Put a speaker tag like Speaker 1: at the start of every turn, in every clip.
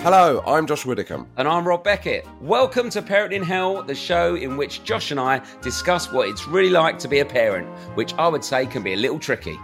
Speaker 1: Hello, I'm Josh Widdicombe.
Speaker 2: And I'm Rob Beckett. Welcome to Parenting Hell, the show in which Josh and I discuss what it's really like to be a parent, which I would say can be a little tricky.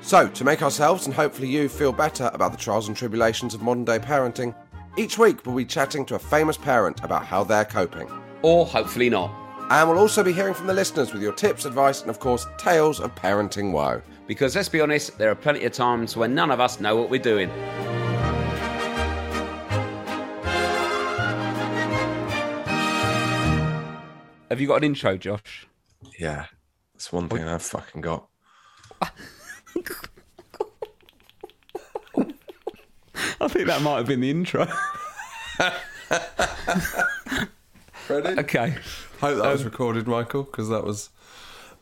Speaker 1: So, to make ourselves and hopefully you feel better about the trials and tribulations of modern day parenting, each week we'll be chatting to a famous parent about how they're coping.
Speaker 2: Or hopefully not.
Speaker 1: And we'll also be hearing from the listeners with your tips, advice, and of course, tales of parenting woe.
Speaker 2: Because let's be honest, there are plenty of times when none of us know what we're doing. Have you got an intro, Josh?
Speaker 1: Yeah, that's one thing I've fucking got.
Speaker 2: I think that might have been the intro.
Speaker 3: Ready?
Speaker 2: okay.
Speaker 3: Hope that was recorded, Michael, because that was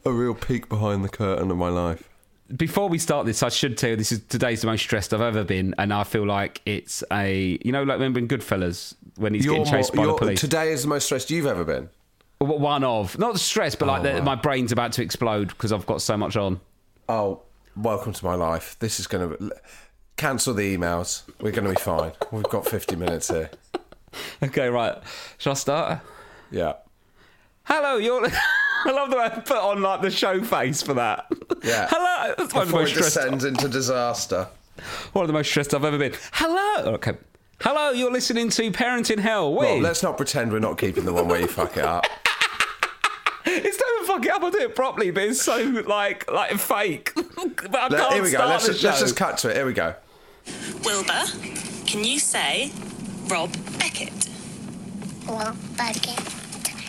Speaker 3: a real peek behind the curtain of my life.
Speaker 2: before we start this, I should tell you this is today's the most stressed I've ever been, and I feel like it's a you know like remember in Goodfellas when he's getting chased by the
Speaker 3: you're-
Speaker 2: police.
Speaker 3: Today is the most stressed you've ever been.
Speaker 2: W- One of not stressed, but like the, my brain's about to explode because I've got so much on.
Speaker 3: Oh, welcome to my life. This is going to cancel the emails. We're going to be fine. We've got 50 minutes here.
Speaker 2: Okay, right. Shall I start?
Speaker 3: Yeah.
Speaker 2: Hello, you're. I love that I put on like the show face for that.
Speaker 3: Yeah.
Speaker 2: Hello. That's one of the
Speaker 3: Before
Speaker 2: most
Speaker 3: it
Speaker 2: stressed.
Speaker 3: descends into disaster.
Speaker 2: One of the most stressed I've ever been. Hello. Okay. Hello, you're listening to Parenting Hell. With...
Speaker 3: Well, let's not pretend we're not keeping the one where you fuck it up.
Speaker 2: It's not even fucking up. I do it properly, but it's so like like fake. but I
Speaker 3: Let-
Speaker 2: can't
Speaker 3: here we go.
Speaker 2: start
Speaker 3: Let's
Speaker 2: the
Speaker 3: just, let's
Speaker 2: show.
Speaker 3: just cut to it. Here we go.
Speaker 4: Wilbur, can you say Rob Beckett?
Speaker 5: Well, bucket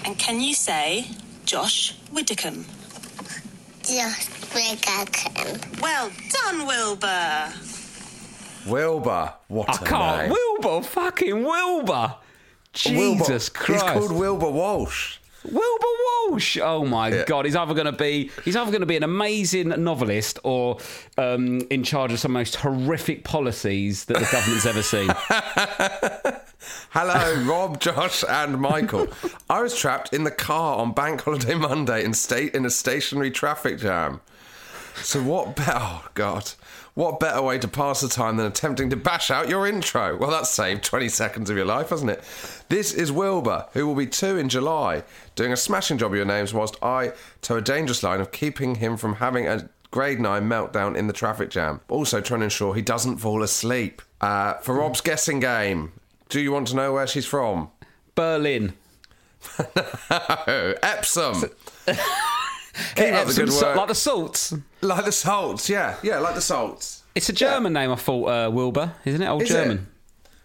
Speaker 4: And can you say Josh Widdicombe?
Speaker 5: just wake up and
Speaker 4: Well done, Wilbur.
Speaker 3: Wilbur. What
Speaker 2: I
Speaker 3: a
Speaker 2: can't.
Speaker 3: name.
Speaker 2: Wilbur, fucking Wilbur.
Speaker 3: Wilbur.
Speaker 2: Jesus
Speaker 3: He's
Speaker 2: Christ.
Speaker 3: called Wilbur Walsh.
Speaker 2: Wilbur Walsh. Oh my God. He's either going to be he's either going to be an amazing novelist or um, in charge of some of the most horrific policies that the government's ever seen.
Speaker 3: Hello, Rob, Josh, and Michael. I was trapped in the car on Bank Holiday Monday in state in a stationary traffic jam. So what? Be- oh God, what better way to pass the time than attempting to bash out your intro? Well, that's saved twenty seconds of your life, hasn't it? This is Wilbur, who will be two in July, doing a smashing job of your names, whilst I toe a dangerous line of keeping him from having a grade 9 meltdown in the traffic jam. Also, trying to ensure he doesn't fall asleep. Uh, for Rob's guessing game, do you want to know where she's from?
Speaker 2: Berlin.
Speaker 3: Oh, Epsom. Keep up the
Speaker 2: Epsom
Speaker 3: good
Speaker 2: sa-
Speaker 3: work.
Speaker 2: like the salts.
Speaker 3: Like the salts, yeah, yeah, like the salts.
Speaker 2: It's a German name, I thought, uh, Wilbur, isn't it? Old
Speaker 3: Is it?
Speaker 2: German.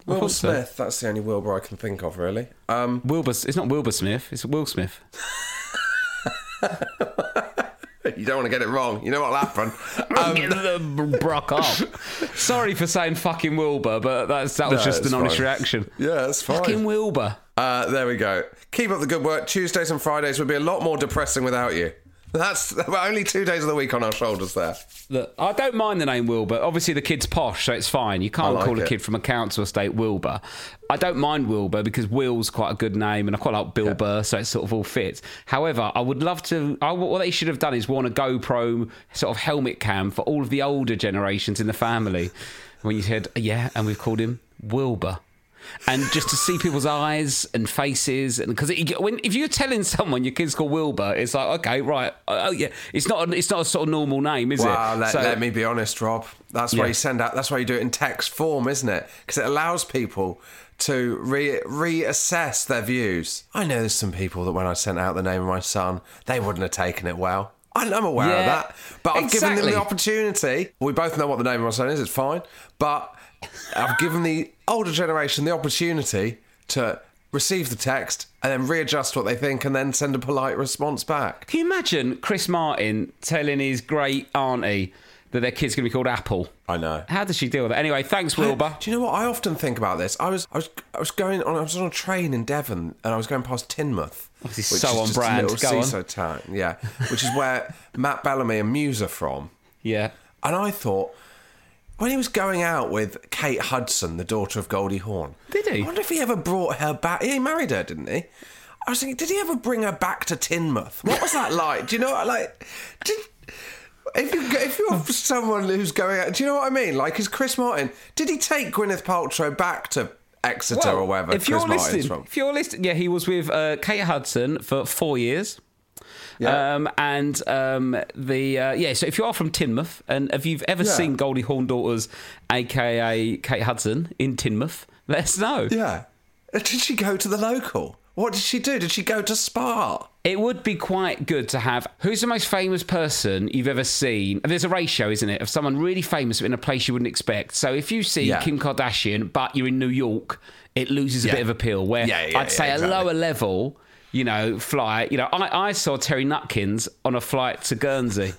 Speaker 2: I
Speaker 3: Will
Speaker 2: thought so.
Speaker 3: Smith. That's the only Wilbur I can think of, really. Um,
Speaker 2: Wilbur, it's not Wilbur Smith, it's Will Smith.
Speaker 3: you don't want to get it wrong. You know what'll happen. Um,
Speaker 2: Brock up. Sorry for saying fucking Wilbur, but that's that was
Speaker 3: No,
Speaker 2: just an
Speaker 3: it's
Speaker 2: honest
Speaker 3: fine.
Speaker 2: reaction.
Speaker 3: yeah, that's fine.
Speaker 2: Fucking Wilbur.
Speaker 3: Uh, there we go. Keep up the good work. Tuesdays and Fridays would be a lot more depressing without you. That's we're only two days of the week on our shoulders there.
Speaker 2: Look, I don't mind the name Wilbur. Obviously, the kid's posh, so it's fine. You can't
Speaker 3: like
Speaker 2: call a
Speaker 3: it.
Speaker 2: kid from a council estate Wilbur. I don't mind Wilbur because Will's quite a good name, and I quite like Bill Burr, so it sort of all fits. However, I would love to. I, what they should have done is worn a GoPro sort of helmet cam for all of the older generations in the family. When you said, yeah, and we've called him Wilbur. And just to see people's eyes and faces, and because when if you're telling someone your kid's called Wilbur, it's like okay, right, oh yeah, it's not a, it's not a sort of normal name, is it?
Speaker 3: Wow, let,
Speaker 2: So-
Speaker 3: let me be honest, Rob. That's why
Speaker 2: Yeah.
Speaker 3: you send out. That's why you do it in text form, isn't it? Because it allows people to re- reassess their views. I know there's some people that when I sent out the name of my son, they wouldn't have taken it well. I- I'm aware
Speaker 2: Yeah,
Speaker 3: of that, but I've given them
Speaker 2: exactly.
Speaker 3: the opportunity. We both know what the name of my son is. It's fine, but I've given the older generation the opportunity to receive the text, and then readjust what they think, and then send a polite response back.
Speaker 2: Can you imagine Chris Martin telling his great auntie that their kid's going to be called Apple?
Speaker 3: I know.
Speaker 2: How does she deal with that? Anyway, thanks, Wilbur.
Speaker 3: Do you know what? I often think about this. I was, I was, I was going on. I was on a train in Devon, and I was going past Tynmouth, which
Speaker 2: is so on
Speaker 3: just
Speaker 2: brand.
Speaker 3: A little
Speaker 2: Go on.
Speaker 3: seaside town, yeah, which is where Matt Bellamy and Muse are from.
Speaker 2: Yeah.
Speaker 3: And I thought, when he was going out with Kate Hudson, the daughter of Goldie Hawn,
Speaker 2: Did he?
Speaker 3: I wonder if he ever brought her back. He married her, didn't he? I was thinking, did he ever bring her back to Tynmouth? What was that like? Do you know what, like? Did, if you if you're someone who's going out, do you know what I mean? Like, is Chris Martin? Did he take Gwyneth Paltrow back to Exeter or wherever
Speaker 2: if
Speaker 3: Chris
Speaker 2: you're
Speaker 3: Martin's
Speaker 2: listening,
Speaker 3: from?
Speaker 2: if you're listening, yeah, he was with uh, Kate Hudson for four years.
Speaker 3: Yeah.
Speaker 2: Um, and um, the uh, yeah, so if you are from Tynmouth and if you've ever
Speaker 3: Yeah.
Speaker 2: seen Goldie Hawn daughters, aka Kate Hudson, in Tynmouth, let us know.
Speaker 3: Yeah. Did she go to the local? What did she do? Did she go to Spa?
Speaker 2: It would be quite good to have who's the most famous person you've ever seen. There's a ratio, isn't it, of someone really famous but in a place you wouldn't expect. So if you see
Speaker 3: Yeah.
Speaker 2: Kim Kardashian but you're in New York, it loses a
Speaker 3: Yeah.
Speaker 2: bit of appeal. Where
Speaker 3: Yeah, yeah,
Speaker 2: I'd say
Speaker 3: yeah,
Speaker 2: a
Speaker 3: exactly.
Speaker 2: lower level, you know, flight. You know, I, I saw Terry Nutkins on a flight to Guernsey.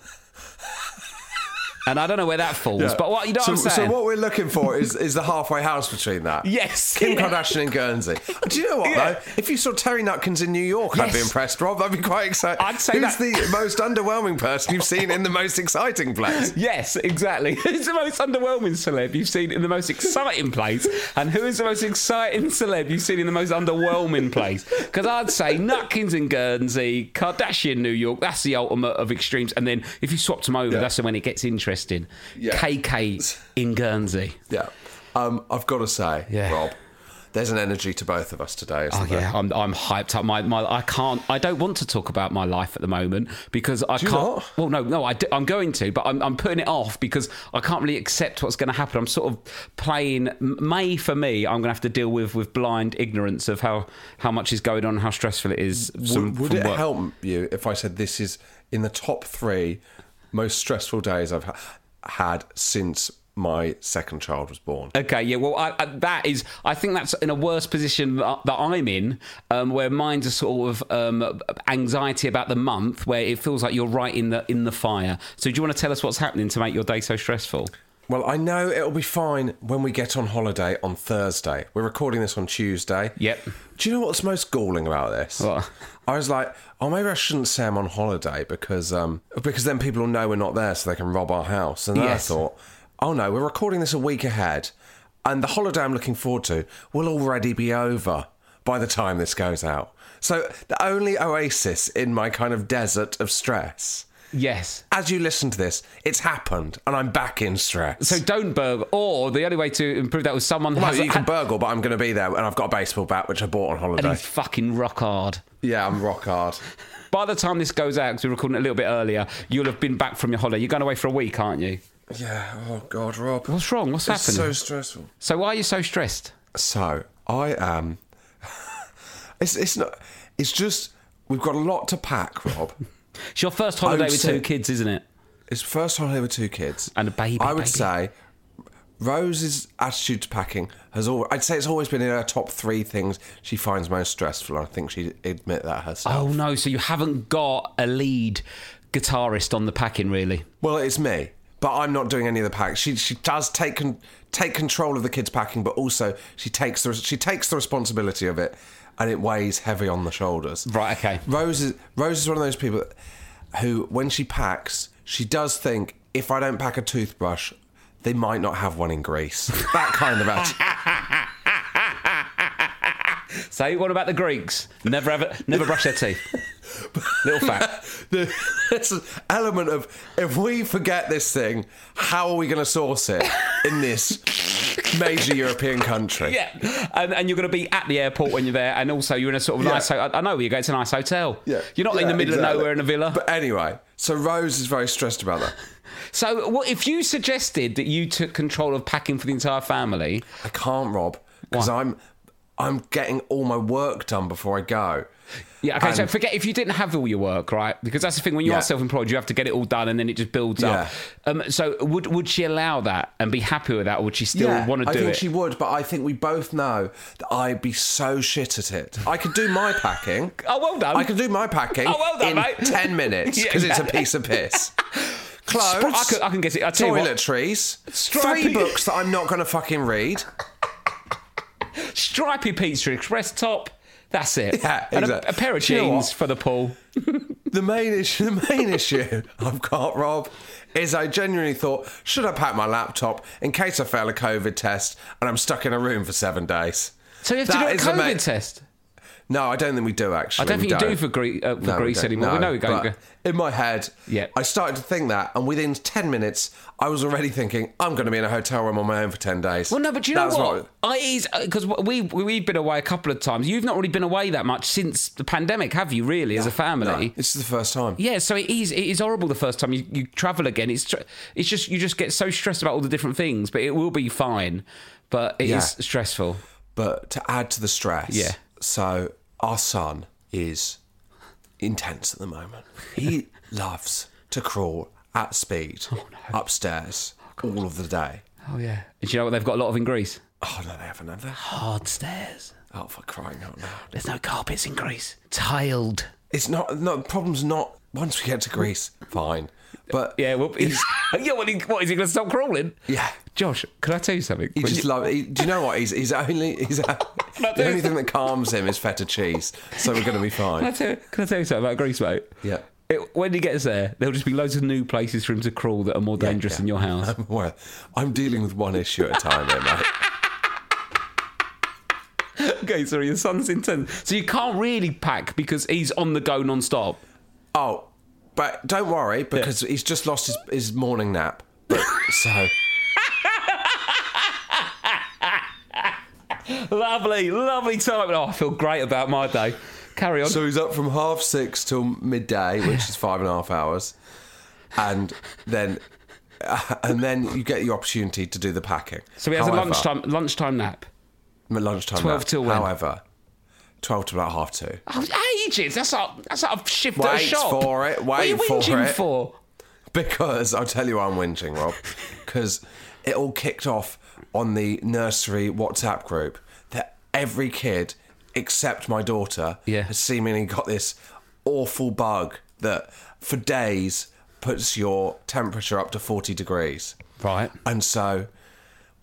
Speaker 2: And I don't know where that falls, but what you know
Speaker 3: so,
Speaker 2: what I'm saying?
Speaker 3: So what we're looking for is is the halfway house between that.
Speaker 2: Yes.
Speaker 3: Kim
Speaker 2: Yeah.
Speaker 3: Kardashian and Guernsey. Do you know what
Speaker 2: Yeah.
Speaker 3: though? If you saw Terry Nutkins in New York, I'd be
Speaker 2: Yes.
Speaker 3: impressed, Rob. I'd be quite excited.
Speaker 2: I'd say
Speaker 3: Who's
Speaker 2: that-
Speaker 3: the most underwhelming person you've seen in the most exciting place?
Speaker 2: Yes, exactly. Who's the most underwhelming celeb you've seen in the most exciting place? And who is the most exciting celeb you've seen in the most underwhelming place? Because I'd say Nutkins in Guernsey, Kardashian New York, that's the ultimate of extremes. And then if you swapped them over, that's when it gets interesting.
Speaker 3: Yeah.
Speaker 2: KK in Guernsey.
Speaker 3: Yeah. Um, I've got to say,
Speaker 2: Yeah.
Speaker 3: Rob, there's an energy to both of us today, isn't
Speaker 2: Oh
Speaker 3: there?
Speaker 2: yeah, I'm, I'm hyped up. My, my I can't. I don't want to talk about my life at the moment because I
Speaker 3: you
Speaker 2: can't.
Speaker 3: not?
Speaker 2: Well, no, no. I am going to, but I'm, I'm putting it off because I can't really accept what's going to happen. I'm sort of playing May for me. I'm going to have to deal with with blind ignorance of how how much is going on, and how stressful it is.
Speaker 3: Would, would
Speaker 2: from
Speaker 3: it
Speaker 2: work.
Speaker 3: help you if I said this is in the top three most stressful days I've ha- had since my second child was born?
Speaker 2: Okay, yeah. Well, I, I, that is. I think that's in a worse position that, that I'm in, um, where mine's a sort of um, anxiety about the month, where it feels like you're right in the in the fire. So, do you want to tell us what's happening to make your day so stressful?
Speaker 3: Well, I know it'll be fine when we get on holiday on Thursday. We're recording this on Tuesday.
Speaker 2: Yep.
Speaker 3: Do you know what's most galling about this?
Speaker 2: What?
Speaker 3: I was like, oh, maybe I shouldn't say I'm on holiday because um because then people will know we're not there, so they can rob our house. And then
Speaker 2: Yes.
Speaker 3: I thought, oh no, we're recording this a week ahead, and the holiday I'm looking forward to will already be over by the time this goes out. So the only oasis in my kind of desert of stress.
Speaker 2: Yes.
Speaker 3: As you listen to this, it's happened, and I'm back in stress.
Speaker 2: So don't burgle, or the only way to improve that was someone
Speaker 3: No,
Speaker 2: has
Speaker 3: you can
Speaker 2: had-
Speaker 3: burgle, but I'm going to be there, and I've got a baseball bat which I bought on
Speaker 2: and
Speaker 3: holiday.
Speaker 2: he's fucking rock hard.
Speaker 3: yeah, I'm rock hard.
Speaker 2: By the time this goes out, because we're recording it a little bit earlier, you'll have been back from your holiday. You're going away for a week, aren't you?
Speaker 3: Yeah. Oh God, Rob.
Speaker 2: What's wrong? What's
Speaker 3: It's
Speaker 2: happening?
Speaker 3: so stressful.
Speaker 2: So why are you so stressed?
Speaker 3: So I am. it's it's not. It's just we've got a lot to pack, Rob.
Speaker 2: It's your first holiday with
Speaker 3: so-
Speaker 2: two kids, isn't it?
Speaker 3: it's first holiday with two kids
Speaker 2: And a baby,
Speaker 3: I would
Speaker 2: baby.
Speaker 3: say Rose's attitude to packing has. Al- I'd say it's always been in her top three things she finds most stressful. and I think she'd admit that herself.
Speaker 2: Oh no! So you haven't got a lead guitarist on the packing, really?
Speaker 3: Well, it's me, but I'm not doing any of the packs. She she does take con- take control of the kids' packing, but also she takes the she takes the responsibility of it, and it weighs heavy on the shoulders.
Speaker 2: Right, okay.
Speaker 3: Rose is Rose is one of those people who, when she packs, she does think if I don't pack a toothbrush, they might not have one in Greece. That kind of attitude.
Speaker 2: Say what about the Greeks? Never ever, never brush their teeth. Little fact.
Speaker 3: The- It's an element of if we forget this thing, how are we going to source it in this major European country?
Speaker 2: Yeah, and, and you're going to be at the airport when you're there, and also you're in a sort of
Speaker 3: Yeah.
Speaker 2: nice. Ho- I, I know where you go. It's a nice hotel.
Speaker 3: Yeah.
Speaker 2: you're not in
Speaker 3: Yeah,
Speaker 2: the middle
Speaker 3: exactly.
Speaker 2: of nowhere in a villa.
Speaker 3: But anyway, so Rose is very stressed about that.
Speaker 2: so, what if you suggested that you took control of packing for the entire family?
Speaker 3: I can't, Rob, because
Speaker 2: Why?
Speaker 3: I'm I'm getting all my work done before I go.
Speaker 2: Yeah, okay, so
Speaker 3: And-
Speaker 2: forget if you didn't have all your work, right? Because that's the thing, when you
Speaker 3: Yeah.
Speaker 2: are self employed, you have to get it all done and then it just builds up. Um, so would would she allow that and be happy with that, or would she still want to
Speaker 3: I
Speaker 2: do
Speaker 3: think
Speaker 2: it?
Speaker 3: she would, but I think we both know that I'd be so shit at it. I could do my packing.
Speaker 2: Oh, well done.
Speaker 3: I could do my packing
Speaker 2: Oh, well done,
Speaker 3: in
Speaker 2: mate.
Speaker 3: 10 minutes
Speaker 2: Yeah,
Speaker 3: because it's a
Speaker 2: exactly.
Speaker 3: piece of piss. Clothes.
Speaker 2: I can- I can guess it. I'll tell you what.
Speaker 3: toiletries. Three
Speaker 2: Stripy-
Speaker 3: books that I'm not going to fucking read.
Speaker 2: Stripy Pizza Express top. That's it.
Speaker 3: Yeah,
Speaker 2: And a,
Speaker 3: exactly.
Speaker 2: a pair of
Speaker 3: Do you know
Speaker 2: jeans
Speaker 3: what?
Speaker 2: for the pool.
Speaker 3: The main issue, the main issue I've got, Rob, is I genuinely thought, should I pack my laptop in case I fail a COVID test and I'm stuck in a room for seven days?
Speaker 2: So you have
Speaker 3: That
Speaker 2: to
Speaker 3: is
Speaker 2: do a
Speaker 3: the
Speaker 2: COVID
Speaker 3: main-
Speaker 2: test.
Speaker 3: No, I don't think we do actually.
Speaker 2: I don't
Speaker 3: We
Speaker 2: think you do for, Gre- uh, for
Speaker 3: No, we
Speaker 2: Greece
Speaker 3: don't.
Speaker 2: anymore. we
Speaker 3: No,
Speaker 2: know we go.
Speaker 3: but In my head,
Speaker 2: Yeah.
Speaker 3: I started to think that, and within ten minutes, I was already thinking I'm going to be in a hotel room on my own for ten days.
Speaker 2: Well, no, but do you
Speaker 3: That
Speaker 2: know
Speaker 3: was
Speaker 2: what? I is because we we- we've been away a couple of times. You've not really been away that much since the pandemic, have you? Really, as a family.
Speaker 3: This is the first time.
Speaker 2: Yeah, so it is. It is horrible the first time you, you travel again. It's tr- it's just you just get so stressed about all the different things, but it will be fine. But it is
Speaker 3: Yeah.
Speaker 2: stressful.
Speaker 3: But to add to the stress,
Speaker 2: Yeah.
Speaker 3: So our son is intense at the moment. He loves to crawl at speed upstairs all of the day.
Speaker 2: Oh yeah. And do you know what they've got a lot of in Greece?
Speaker 3: Oh no, they haven't have they?
Speaker 2: Hard stairs.
Speaker 3: Oh, for crying out loud!
Speaker 2: There's no carpets in Greece. Tiled.
Speaker 3: It's not. No, the problem's not. Once we get to Greece, fine. But
Speaker 2: Yeah. Well, he's, yeah. Well, he, what is he going to stop crawling?
Speaker 3: yeah.
Speaker 2: Josh, can I tell you something?
Speaker 3: He
Speaker 2: When
Speaker 3: just
Speaker 2: you-
Speaker 3: love. He, do you know what? He's he's only he's the only thing that calms him is feta cheese. So we're going to be
Speaker 2: can, I
Speaker 3: fine.
Speaker 2: tell, can I tell you something about Greece, mate?
Speaker 3: Yeah.
Speaker 2: It, when he gets there, there'll just be loads of new places for him to crawl that are more dangerous
Speaker 3: yeah.
Speaker 2: than your house.
Speaker 3: I'm aware. I'm dealing with one issue at a time, here, mate.
Speaker 2: okay, sorry, your son's intense. So you can't really pack because he's on the go non-stop.
Speaker 3: Oh, but don't worry because he's just lost his his morning nap. But, so
Speaker 2: Lovely, lovely time. Oh, I feel great about my day. Carry on.
Speaker 3: so he's up from half six till midday, which is five and a half hours, and then. and then you get your opportunity to do the packing.
Speaker 2: So he has
Speaker 3: However-
Speaker 2: a lunchtime lunchtime nap.
Speaker 3: Lunchtime.
Speaker 2: 12
Speaker 3: nap.
Speaker 2: till when?
Speaker 3: However, twelve to about half two.
Speaker 2: Oh, ages. That's like that's like a shift at a
Speaker 3: Wait
Speaker 2: shop.
Speaker 3: for it,
Speaker 2: what are you
Speaker 3: wait for
Speaker 2: whinging
Speaker 3: it.
Speaker 2: for?
Speaker 3: Because I'll tell you why I'm whinging, Rob. Because it all kicked off on the nursery WhatsApp group that every kid, except my daughter,
Speaker 2: Yeah.
Speaker 3: has seemingly got this awful bug that for days puts your temperature up to 40 degrees.
Speaker 2: Right.
Speaker 3: And so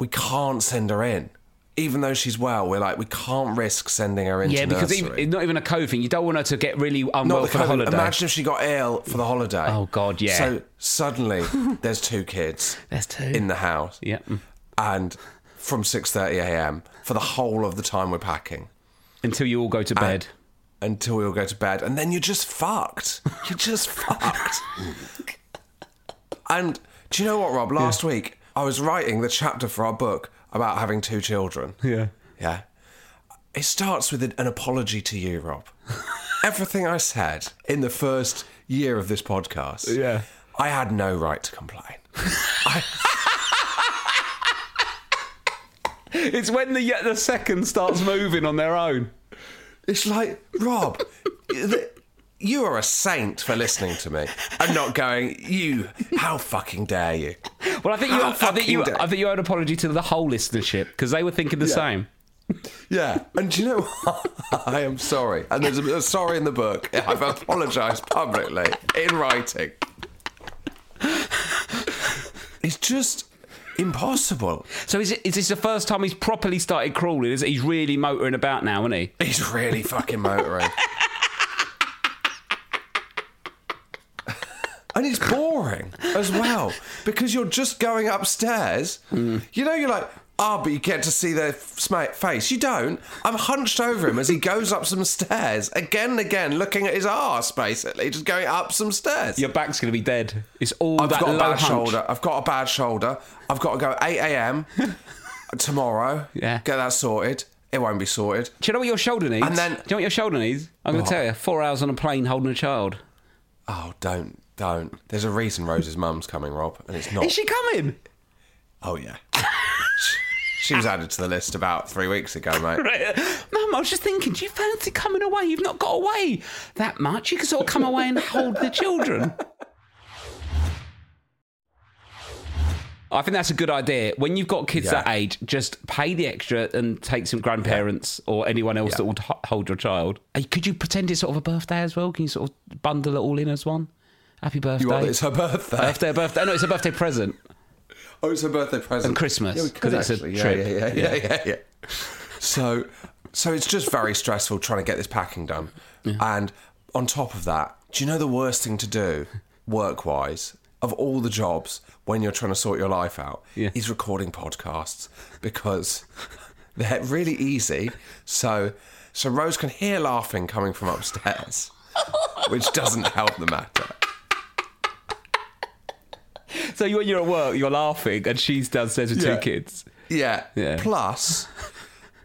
Speaker 3: we can't send her in. Even though she's well, we're like, we can't risk sending her into
Speaker 2: Yeah, because e-
Speaker 3: nursery.
Speaker 2: even, it's not even a COVID thing. You don't want her to get really unwell for the
Speaker 3: COVID.
Speaker 2: holiday.
Speaker 3: Imagine if she got ill for the holiday.
Speaker 2: Oh, God, yeah.
Speaker 3: So suddenly there's two kids.
Speaker 2: There's two. Mm.
Speaker 3: in the house.
Speaker 2: Yep.
Speaker 3: And from 6:30 a.m. for the whole of the time we're packing
Speaker 2: Until you all go to bed.
Speaker 3: until we all go to bed, and then you're just fucked. You're just fucked. And do you know what, Rob? Last week I was writing the chapter for our book about having two children.
Speaker 2: Yeah.
Speaker 3: Yeah. It starts with an an apology to you, Rob. Everything I said in the first year of this podcast,
Speaker 2: Yeah.
Speaker 3: I had no right to complain. I,
Speaker 2: It's when the the second starts moving on their own.
Speaker 3: It's like, Rob, th- you are a saint for listening to me and not going, you, how fucking dare you?
Speaker 2: Well, I think you,
Speaker 3: How
Speaker 2: I think you,
Speaker 3: fucking dare-
Speaker 2: I think you owe an apology to the whole listenership because they were thinking the same.
Speaker 3: Yeah. And do you know what? I am sorry. And there's a, a sorry in the book. I've apologised publicly in writing. It's just impossible.
Speaker 2: So is, it, is this the first time he's properly started crawling? Is it, he's really motoring about now, isn't he?
Speaker 3: He's really fucking motoring. And it's boring as well because you're just going upstairs. You know, you're like, ah, but you get to see their sma- face. You don't. I'm hunched over him as he goes up some stairs again and again, looking at his arse basically, just going up some stairs.
Speaker 2: Your back's going to be dead. It's all
Speaker 3: I've
Speaker 2: that
Speaker 3: got a
Speaker 2: low
Speaker 3: bad
Speaker 2: hunch.
Speaker 3: shoulder. I've got a bad shoulder. I've got to go 8 a.m. tomorrow.
Speaker 2: Yeah.
Speaker 3: Get that sorted. It won't be sorted.
Speaker 2: Do you know what your shoulder needs?
Speaker 3: And then-
Speaker 2: do you know what your shoulder needs? I'm going to tell you. Four hours on a plane holding a child.
Speaker 3: Oh, don't, don't. There's a reason Rose's mum's coming, Rob, and it's not.
Speaker 2: Is she coming?
Speaker 3: Oh yeah. Oh, She was added to the list about three weeks ago, mate.
Speaker 2: Right. Mum, I was just thinking, do you fancy coming away? You've not got away that much. You can sort of come away and hold the children. I think that's a good idea. When you've got kids
Speaker 3: Yeah.
Speaker 2: that age, just pay the extra and take some grandparents or anyone else that would ho- hold your child. Hey, Could you pretend it's sort of a birthday as well? Can you sort of bundle it all in as one? Happy birthday.
Speaker 3: You want it's her birthday.
Speaker 2: birthday, birthday. No, it's a birthday present.
Speaker 3: Oh, it's her birthday present.
Speaker 2: And Christmas,
Speaker 3: Yeah, we could
Speaker 2: 'cause it's a
Speaker 3: actually. yeah,
Speaker 2: trip.
Speaker 3: Yeah, yeah, yeah, yeah. yeah. so, so it's just very stressful trying to get this packing done. And on top of that, do you know the worst thing to do, work-wise, of all the jobs when you're trying to sort your life out,
Speaker 2: Yeah.
Speaker 3: is recording podcasts because they're really easy. So, so Rose can hear laughing coming from upstairs, which doesn't help the matter.
Speaker 2: So you- when you're at work, you're laughing, and she's downstairs with
Speaker 3: Yeah.
Speaker 2: two kids.
Speaker 3: Yeah.
Speaker 2: Yeah.
Speaker 3: Plus,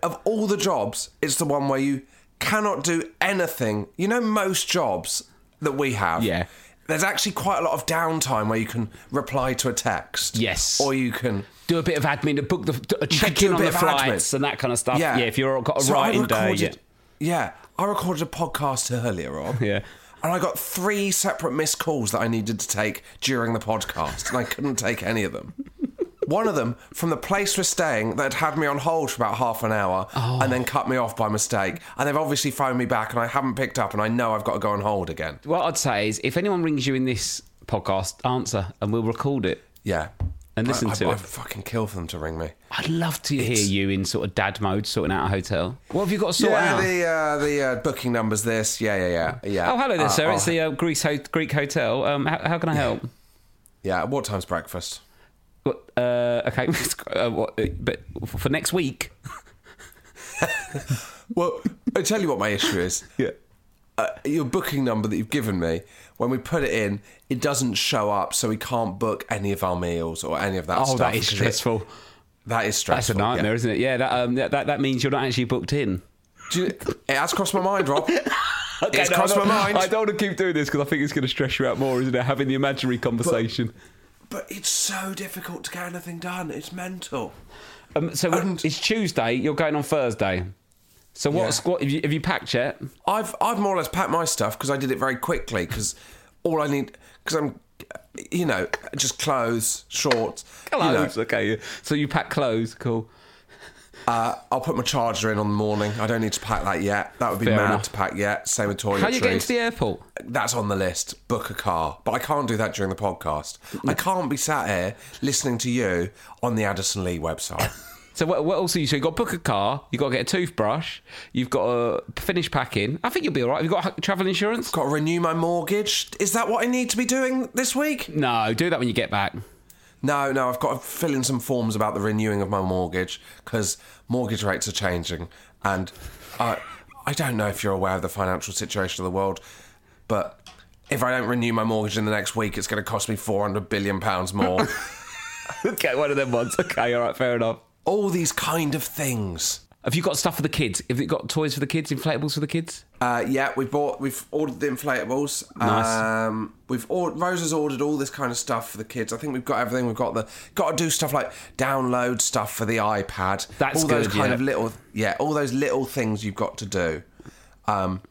Speaker 3: of all the jobs, it's the one where you cannot do anything. You know, most jobs that we have.
Speaker 2: Yeah.
Speaker 3: There's actually quite a lot of downtime where you can reply to a text.
Speaker 2: Yes.
Speaker 3: Or you can.
Speaker 2: do a bit of admin, book the check
Speaker 3: do
Speaker 2: in
Speaker 3: a
Speaker 2: on
Speaker 3: bit
Speaker 2: the
Speaker 3: of
Speaker 2: flights
Speaker 3: admin.
Speaker 2: and that kind of stuff. Yeah, if you're got a
Speaker 3: So I
Speaker 2: writing day, yeah.
Speaker 3: recorded- yeah. I recorded a podcast earlier, Rob.
Speaker 2: Yeah.
Speaker 3: And I got three separate missed calls that I needed to take during the podcast, and I couldn't take any of them. One of them from the place we're staying that had had me on hold for about half an hour and then cut me off by mistake. And they've obviously phoned me back, and I haven't picked up, and I know I've got to go on hold again.
Speaker 2: What I'd say is, if anyone rings you in this podcast, answer, and we'll record it.
Speaker 3: Yeah.
Speaker 2: And listen
Speaker 3: I, I,
Speaker 2: to
Speaker 3: I'd
Speaker 2: it.
Speaker 3: fucking kill for them to ring me.
Speaker 2: I'd love to hear you in sort of dad mode, sorting out a hotel. What have you got to sort
Speaker 3: yeah,
Speaker 2: out?
Speaker 3: the uh, the uh, booking numbers. This, yeah, yeah, yeah, yeah.
Speaker 2: Oh, hello there,
Speaker 3: Uh,
Speaker 2: sir.
Speaker 3: oh,
Speaker 2: It's the uh, Greece ho- Greek hotel. Um, how, how can I help?
Speaker 3: yeah. What time's breakfast?
Speaker 2: What, uh, okay, uh, what, uh, but for next week,
Speaker 3: Well, I tell you what my issue is. Yeah. Uh, your booking number that you've given me, when we put it in, it doesn't show up, so we can't book any of our meals or any of that
Speaker 2: oh,
Speaker 3: stuff.
Speaker 2: that is
Speaker 3: 'cause it-
Speaker 2: stressful.
Speaker 3: that is
Speaker 2: That's a
Speaker 3: stressful.
Speaker 2: nightmare,
Speaker 3: yeah.
Speaker 2: isn't it? Yeah, that, um, that that that means you're not actually booked in.
Speaker 3: Do you, it has crossed my mind, Rob. it's
Speaker 2: no,
Speaker 3: crossed my
Speaker 2: I don't-
Speaker 3: mind.
Speaker 2: I don't want to keep doing this because I think it's going to stress you out more, isn't it? Having the imaginary conversation.
Speaker 3: But it's so difficult to get anything done. It's mental.
Speaker 2: um, so
Speaker 3: and-
Speaker 2: it's Tuesday. You're going on Thursday. So what?
Speaker 3: Yeah.
Speaker 2: squat- have, you, have you packed yet?
Speaker 3: I've I've more or less packed my stuff because I did it very quickly because all I need because I'm you know just clothes, shorts, you know.
Speaker 2: Clothes. Okay. So you pack clothes. Cool.
Speaker 3: I'll put my charger in on the morning. I don't need to pack that yet. That would be
Speaker 2: Fair
Speaker 3: mad
Speaker 2: enough.
Speaker 3: to pack yet. Same with toiletries.
Speaker 2: How are you getting to the airport?
Speaker 3: That's on the list. Book a car. But I can't do that during the podcast. I can't be sat here listening to you on the Addison Lee website.
Speaker 2: So what, what else are you? So you got to book a car. You have got to get a toothbrush. You've got to finish packing. I think you'll be all right. Have you got h- travel insurance?
Speaker 3: Got to renew my mortgage. Is that what I need to be doing this week?
Speaker 2: No, do that when you get back.
Speaker 3: No, no, I've got to fill in some forms about the renewing of my mortgage because mortgage rates are changing. And I, I don't know if you're aware of the financial situation of the world, but if I don't renew my mortgage in the next week, it's going to cost me £400 billion more.
Speaker 2: okay, one of them ones. Okay, all right, fair enough.
Speaker 3: All these kind of things.
Speaker 2: Have you got stuff for the kids? Have you got toys for the kids? Inflatables for the kids?
Speaker 3: Uh, yeah, we bought, we've ordered the inflatables.
Speaker 2: Nice.
Speaker 3: Um, we've or- Rose has ordered all this kind of stuff for the kids. I think we've got everything. We've got the got to do stuff like download stuff for the iPad.
Speaker 2: That's
Speaker 3: all those
Speaker 2: good,
Speaker 3: kind
Speaker 2: yeah.
Speaker 3: of little yeah, all those little things you've got to do. Um,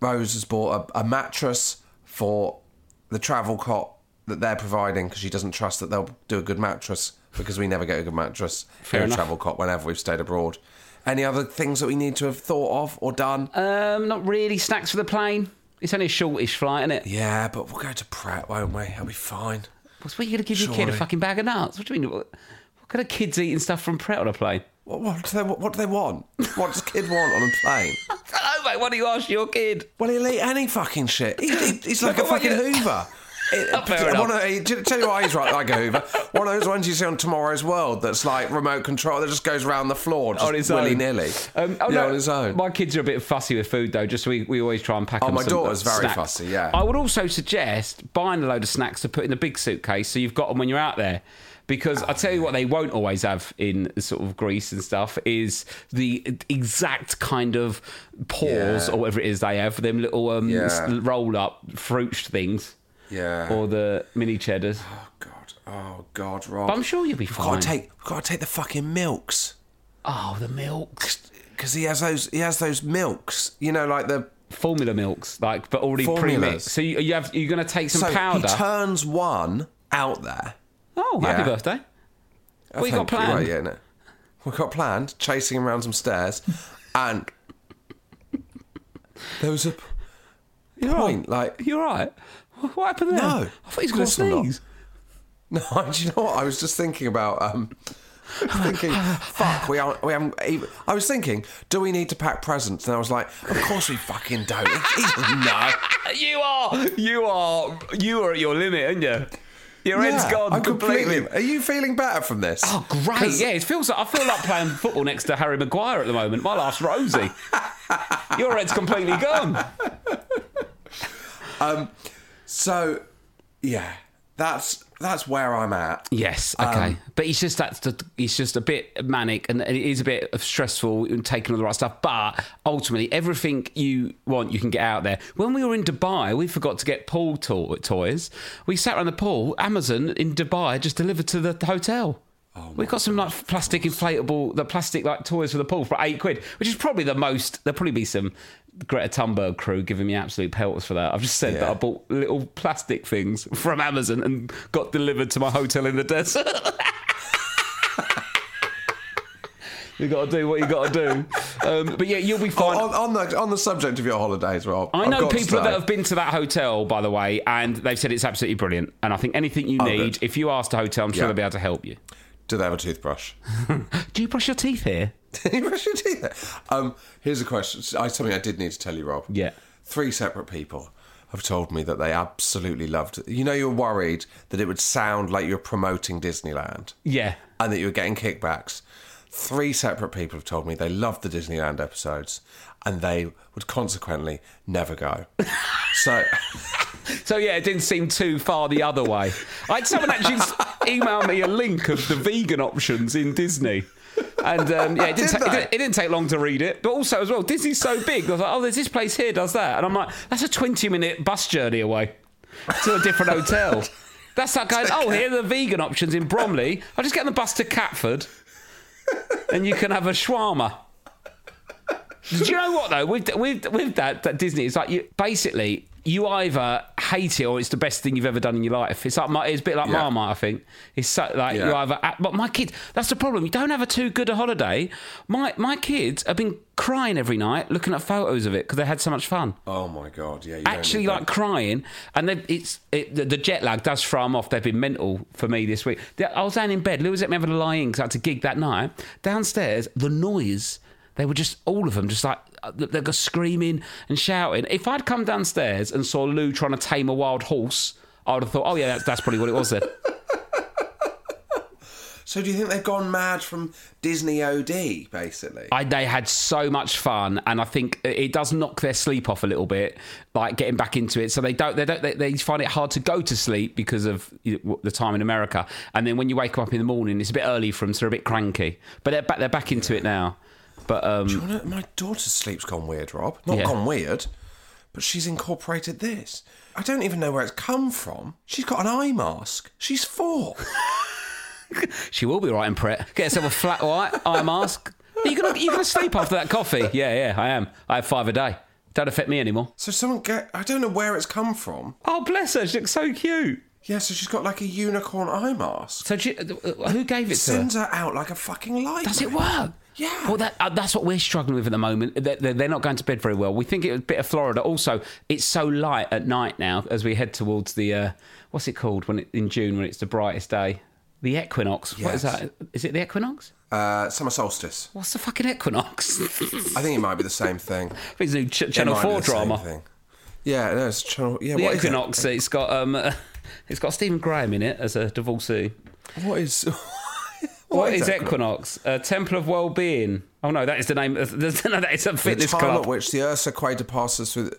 Speaker 3: Rose has bought a, a mattress for the travel cot that they're providing because she doesn't trust that they'll do a good mattress because we never get a good mattress
Speaker 2: Fair
Speaker 3: in a
Speaker 2: enough.
Speaker 3: travel cot whenever we've stayed abroad. Any other things that we need to have thought of or done?
Speaker 2: Um, not really. Snacks for the plane. It's only a shortish flight, isn't it?
Speaker 3: Yeah, but we'll go to Pratt, won't we? He'll be fine.
Speaker 2: What's what are you going to give your kid a
Speaker 3: Surely.
Speaker 2: fucking bag of nuts? What do you mean? What, what kind of kids eating stuff from Pret on a plane?
Speaker 3: What, what, do they, what do they want? What does a kid want on a plane?
Speaker 2: Hello, mate. What do you ask your kid?
Speaker 3: Well, he'll eat any fucking shit. He, he, he's like a
Speaker 2: Look at what
Speaker 3: fucking
Speaker 2: you-
Speaker 3: Hoover. It-
Speaker 2: Fair
Speaker 3: one of, he- do- tell you what, he's right like a Hoover. One of those ones you see on Tomorrow's World that's like remote control that just goes round the floor just
Speaker 2: On his own.
Speaker 3: willy nilly.
Speaker 2: Um, oh,
Speaker 3: yeah,
Speaker 2: no,
Speaker 3: on his own.
Speaker 2: My kids are a bit fussy with food, though. Just we, we always try and pack.
Speaker 3: Oh,
Speaker 2: them
Speaker 3: my
Speaker 2: some uh,
Speaker 3: daughter's very
Speaker 2: snacks.
Speaker 3: fussy, yeah.
Speaker 2: I would also suggest buying a load of snacks to put in the big suitcase, so you've got them when you're out there. Because I tell you what, they won't always have in sort of Greece and stuff is the exact kind of paws
Speaker 3: Yeah.
Speaker 2: or whatever it is they have, them little um,
Speaker 3: Yeah. Uh.
Speaker 2: roll up fruit things.
Speaker 3: Yeah.
Speaker 2: Or the mini cheddars.
Speaker 3: God, Oh God, Rob.
Speaker 2: But I'm sure you'll be
Speaker 3: We've got
Speaker 2: fine.
Speaker 3: to take. We've got to take the fucking milks
Speaker 2: oh, the milks,
Speaker 3: because he has those. He has those milks. You know, like the
Speaker 2: formula milks, like but already
Speaker 3: Formulas.
Speaker 2: pre-mixed. So you, you have you're going to take some
Speaker 3: so
Speaker 2: powder.
Speaker 3: he turns one out there.
Speaker 2: oh, happy
Speaker 3: Yeah.
Speaker 2: birthday!
Speaker 3: Oh,
Speaker 2: What you
Speaker 3: thank
Speaker 2: got planned?
Speaker 3: Right, yeah, no. We got planned chasing him around some stairs, and there was a p-
Speaker 2: You're
Speaker 3: point. Like
Speaker 2: You're right. What happened there?
Speaker 3: No,
Speaker 2: I thought he was
Speaker 3: of course I'm not.
Speaker 2: going to sneeze.
Speaker 3: No, do you know what? I was just thinking about. Um, thinking, fuck, we aren't. We haven't. Even, I was thinking, do we need to pack presents? And I was like, of course we fucking don't. He doesn't know.
Speaker 2: You are, you are, you are at your limit, aren't you? Your head's
Speaker 3: Yeah,
Speaker 2: gone
Speaker 3: I'm
Speaker 2: completely.
Speaker 3: Are you feeling better from this?
Speaker 2: Oh, great! Yeah, it feels like I feel like playing football next to Harry Maguire at the moment. My last Rosie. Your head's completely gone.
Speaker 3: So, yeah, that's that's where I'm at.
Speaker 2: Yes, okay, but it's just that's the, it's just a bit manic and it is a bit of stressful and taking all the right stuff. But ultimately, everything you want, you can get out there. When we were in Dubai, we forgot to get pool to- toys. We sat around the pool. Amazon in Dubai just delivered to the hotel. we got some like plastic inflatable, the plastic like toys for the pool for eight quid, which is probably the most. There'll probably be some Greta Thunberg crew giving me absolute pelts for that. I've just said that
Speaker 3: Yeah.
Speaker 2: I bought little plastic things from Amazon and got delivered to my hotel in the desert. you got to do what you got to do. Um, but yeah, you'll be fine.
Speaker 3: On, on the on the subject of your holidays, Rob.
Speaker 2: I
Speaker 3: oh, I've
Speaker 2: know
Speaker 3: got to
Speaker 2: people that
Speaker 3: say-
Speaker 2: have been to that hotel, by the way, and they've said it's absolutely brilliant. And I think anything you need,
Speaker 3: good.
Speaker 2: if you ask the hotel, I'm sure
Speaker 3: Yeah.
Speaker 2: they'll be able to help you.
Speaker 3: Do they have a toothbrush?
Speaker 2: Do you brush your teeth here?
Speaker 3: Did you brush your teeth? Um, here's a question. I, something I did need to tell you, Rob.
Speaker 2: Yeah.
Speaker 3: Three separate people have told me that they absolutely loved it. You know, you're worried that it would sound like you're promoting Disneyland
Speaker 2: Yeah.
Speaker 3: and that you were getting kickbacks. Three separate people have told me they loved the Disneyland episodes and they would consequently never go. so,
Speaker 2: So yeah, it didn't seem too far the other way. I had someone actually s- email me a link of the vegan options in Disney. And um, yeah, it
Speaker 3: Did
Speaker 2: didn't, ta- it,
Speaker 3: they?
Speaker 2: didn't, it didn't take long to read it. But also, as well, Disney's so big. I was like, oh, there's this place here, does that. And I'm like, that's a 20 minute bus journey away to a different hotel. That's like going, oh, here are the vegan options in Bromley. I'll just get on the bus to Catford and you can have a shawarma. Do you know what though? With with with that, that Disney, it's like you basically you either hate it or it's the best thing you've ever done in your life. It's like my, it's a bit like
Speaker 3: Yeah.
Speaker 2: Marmite, I think. It's so, like you
Speaker 3: Yeah.
Speaker 2: either. But my kids, that's the problem. You don't have a too good a holiday. My my kids have been crying every night looking at photos of it because they had so much fun
Speaker 3: oh my God, yeah. You don't
Speaker 2: actually
Speaker 3: need
Speaker 2: like
Speaker 3: that.
Speaker 2: crying and then it's it, the, the jet lag does throw 'em off they've been mental for me this week The- i was down in bed lou was at me having a lie in because i had to gig that night downstairs the noise they were just all of them just like uh, they were screaming and shouting if i'd come downstairs and saw lou trying to tame a wild horse i would have thought oh yeah that's, that's probably what it was then
Speaker 3: So, do you think they've gone mad from Disney OD, basically?
Speaker 2: I, they had so much fun, and I think it does knock their sleep off a little bit, like getting back into it. So they don't, they don't, they, they find it hard to go to sleep because of you know, the time in America. And then when you wake up in the morning, it's a bit early for them, so they're a bit cranky. But they're back, they're back into it now. But um,
Speaker 3: Oh, no, my daughter's sleep's gone weird, Rob. Not
Speaker 2: Yeah.
Speaker 3: gone weird, but she's incorporated this. I don't even know where it's come from. She's got an eye mask. She's four.
Speaker 2: she will be right in Pret. Get herself a flat white eye mask. Are you gonna, you gonna sleep after that coffee? Yeah, yeah, I am. I have five a day. Don't affect me anymore.
Speaker 3: so someone get. I don't know where it's come from.
Speaker 2: Oh, bless her. She looks so cute.
Speaker 3: Yeah, so she's got like a unicorn eye mask.
Speaker 2: So she, uh, who gave it to her?
Speaker 3: Sends her out like a fucking light.
Speaker 2: Does it
Speaker 3: mate.
Speaker 2: work?
Speaker 3: Yeah.
Speaker 2: Well, that, uh, that's what we're struggling with at the moment. They're, they're not going to bed very well. We think it was a bit of Florida. Also, it's so light at night now as we head towards the uh, what's it called when it, in June when it's the brightest day, the equinox. What is
Speaker 3: Yes.
Speaker 2: that? Is it the equinox?
Speaker 3: Uh, summer solstice.
Speaker 2: What's the fucking equinox?
Speaker 3: I think it might be the same thing.
Speaker 2: it's a ch-
Speaker 3: It
Speaker 2: Channel
Speaker 3: might be
Speaker 2: Four
Speaker 3: the same
Speaker 2: drama.
Speaker 3: thing. Yeah, no, it's channel. Yeah,
Speaker 2: The
Speaker 3: what is it?
Speaker 2: equinox. It? has got um, it's got Stephen Graham in it as a divorcee.
Speaker 3: What is?
Speaker 2: what is, equinox? A temple of well-being. Oh no, that is the name. Of, no, that is a
Speaker 3: The
Speaker 2: fitness
Speaker 3: time
Speaker 2: club.
Speaker 3: at which the Ursa equator passes through. The...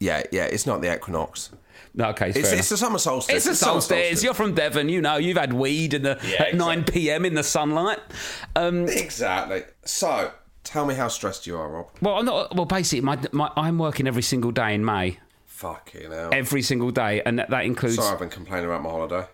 Speaker 3: Yeah, yeah, it's not the equinox.
Speaker 2: No, okay, fair
Speaker 3: It's,
Speaker 2: enough.
Speaker 3: it's the summer solstice.
Speaker 2: It's a
Speaker 3: summer
Speaker 2: solstice. You're from Devon, you know. You've had weed in the at 9 p.m. in the sunlight. Um,
Speaker 3: Exactly. So, tell me how stressed you are, Rob.
Speaker 2: well, I'm not. Well, basically, my, my I'm working every single day in May.
Speaker 3: Fucking hell.
Speaker 2: every single day, and that, that includes.
Speaker 3: Sorry, I've been complaining about my holiday.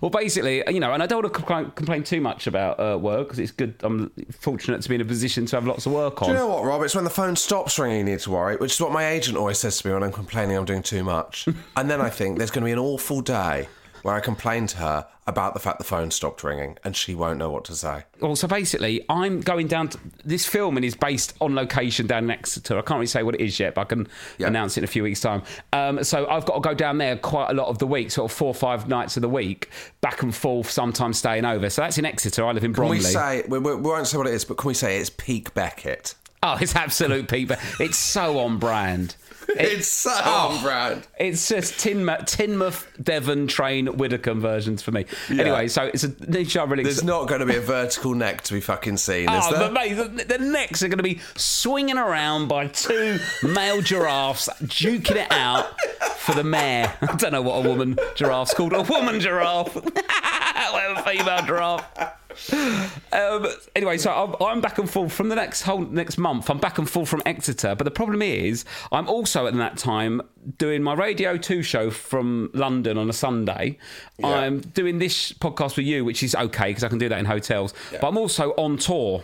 Speaker 2: well, basically, you know, and I don't want to complain, complain too much about uh, work because it's good. I'm fortunate to be in a position to have lots of work on.
Speaker 3: Do you know what, Rob? It's when the phone stops ringing you need to worry, which is what my agent always says to me when I'm complaining I'm doing too much. and then I think there's going to be an awful day where I complain to her about the fact the phone stopped ringing and she won't know what to say.
Speaker 2: Well, so basically, I'm going down. To, this film and is based on location down in Exeter. I can't really say what it is yet, but I can
Speaker 3: Yeah.
Speaker 2: announce it in a few weeks' time. Um, so I've got to go down there quite a lot of the week, sort of four or five nights of the week, back and forth, sometimes staying over. So that's in Exeter. I live in
Speaker 3: Can
Speaker 2: Bromley.
Speaker 3: we say, we, we, we won't say what it is, but can we say it's peak Beckett?
Speaker 2: oh, it's absolute people. It's so on brand. It- Oh.
Speaker 3: so on brand.
Speaker 2: It's just Tinmouth, Tinmouth, Devon, Train, Widdicombe versions for me. Anyway, so it's a niche I really.
Speaker 3: There's not going to be a vertical neck to be fucking seen, is
Speaker 2: Oh,
Speaker 3: there?
Speaker 2: but mate, the, the necks are going to be swinging around by two male giraffes, duking it out for the mare. I don't know what a woman giraffe's called. A woman giraffe. Whatever female giraffe. Um, anyway, so I'm, I'm back and forth from the next whole next month. I'm back and forth from Exeter, but the problem is I'm also at that time doing my Radio Two show from London on a Sunday. I'm doing this podcast with you, which is okay because I can do that in hotels. But I'm also on tour.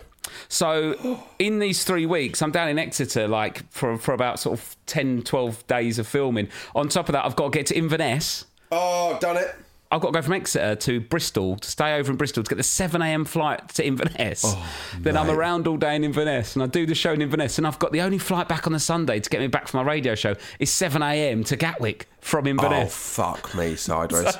Speaker 2: So in these three weeks, I'm down in Exeter like for, for about sort of 10, 12 days of filming. On top of that, I've got to get to Inverness.
Speaker 3: Oh, done it.
Speaker 2: I've got to go from Exeter to Bristol to stay over in Bristol to get the 7 a.m. flight to Inverness.
Speaker 3: Oh,
Speaker 2: then I'm around all day in Inverness and I do the show in Inverness. And I've got the only flight back on the Sunday to get me back for my radio show is 7 a.m. to Gatwick from
Speaker 3: Oh,
Speaker 2: Inverness.
Speaker 3: fuck me sideways.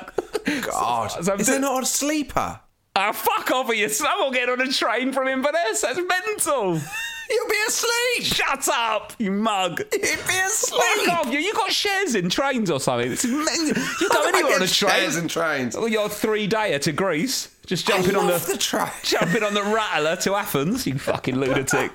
Speaker 3: God.
Speaker 2: so I'm
Speaker 3: is
Speaker 2: do-
Speaker 3: there not a sleeper?
Speaker 2: Ah, fuck off with you. Someone get on a train from Inverness. That's mental.
Speaker 3: You'll be asleep.
Speaker 2: Shut up, you mug.
Speaker 3: You'd
Speaker 2: Oh,
Speaker 3: be asleep.
Speaker 2: Fuck off you. You got shares in trains or something. It's mental. You go anywhere on a train.
Speaker 3: Chairs and trains.
Speaker 2: Well, your three dayer to Greece, just jumping on
Speaker 3: love the train.
Speaker 2: jumping on the rattler to Athens. You fucking lunatic.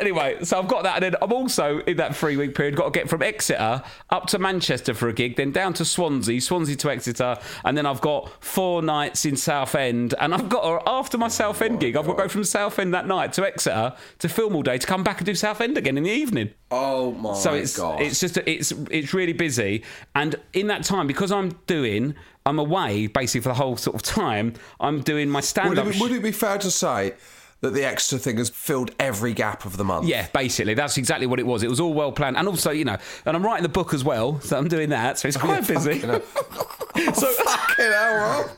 Speaker 2: anyway, so I've got that, and then I'm also in that three week period got to get from Exeter up to Manchester for a gig, then down to Swansea, Swansea to Exeter, and then I've got four nights in Southend, and I've got to, after
Speaker 3: Oh
Speaker 2: my Southend gig, I've got to go from Southend that night to Exeter to film all day to come back and do Southend again in the evening
Speaker 3: Oh my
Speaker 2: so it's
Speaker 3: god!
Speaker 2: it's just it's it's really busy and in that time because i'm doing i'm away basically for the whole sort of time i'm doing my
Speaker 3: would,
Speaker 2: stand-up
Speaker 3: it, be-
Speaker 2: sh-
Speaker 3: would it be fair to say that the extra thing has filled every gap of the month?
Speaker 2: yeah, basically, that's exactly what it was. It was all well planned, and also, you know, and I'm writing the book as well, so I'm doing that.
Speaker 3: Oh,
Speaker 2: So it's quite busy. so,
Speaker 3: Fucking hell,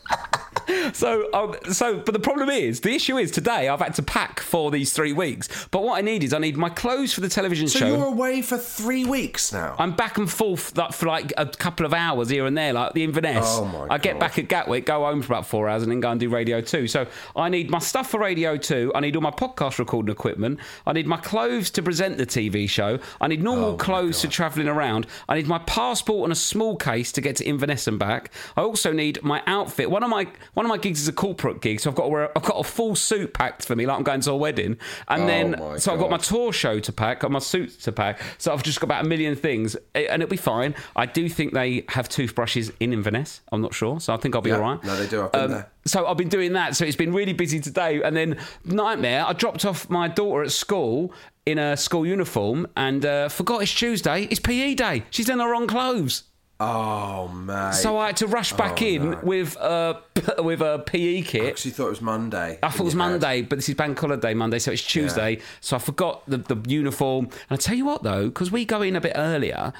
Speaker 3: Rob.
Speaker 2: so, um, so, but the problem is, the issue is today I've had to pack for these three weeks. But what I need is I need my clothes for the television
Speaker 3: So
Speaker 2: show.
Speaker 3: you're away for three weeks now.
Speaker 2: I'm back and forth like, for like a couple of hours here and there, like the Inverness.
Speaker 3: Oh, my
Speaker 2: I get
Speaker 3: God.
Speaker 2: back at Gatwick, go home for about four hours, and then go and do Radio 2. So I need my stuff for Radio 2. I need all my podcast recording equipment. I need my clothes to present the TV show. I need
Speaker 3: Oh
Speaker 2: normal clothes for travelling around. I need my passport and a small case to get to Inverness and back. I also need my outfit. One of my one of my gigs is a corporate gig, so I've got to wear, I've got a full suit packed for me, like I'm going to a wedding. And then
Speaker 3: Oh my
Speaker 2: so I've got
Speaker 3: God.
Speaker 2: my tour show to pack, got my suits to pack. So I've just got about a million things, eh, and it'll be fine. I do think they have toothbrushes in Inverness. I'm not sure, so I think I'll be
Speaker 3: Yeah.
Speaker 2: all right.
Speaker 3: No, they do. I've been there.
Speaker 2: So I've been doing that. So it's been really busy today. And then nightmare. I dropped off my daughter at school in a school uniform and uh, forgot it's Tuesday. It's PE day. She's in the wrong clothes.
Speaker 3: oh man.
Speaker 2: So I had to rush back
Speaker 3: Oh,
Speaker 2: in
Speaker 3: no.
Speaker 2: with a with a PE kit.
Speaker 3: She thought it was Monday.
Speaker 2: I thought it was Monday, but this is bank holiday Monday, so it's Tuesday. So I forgot the, the uniform. And I tell you what, though, because we go in a bit earlier,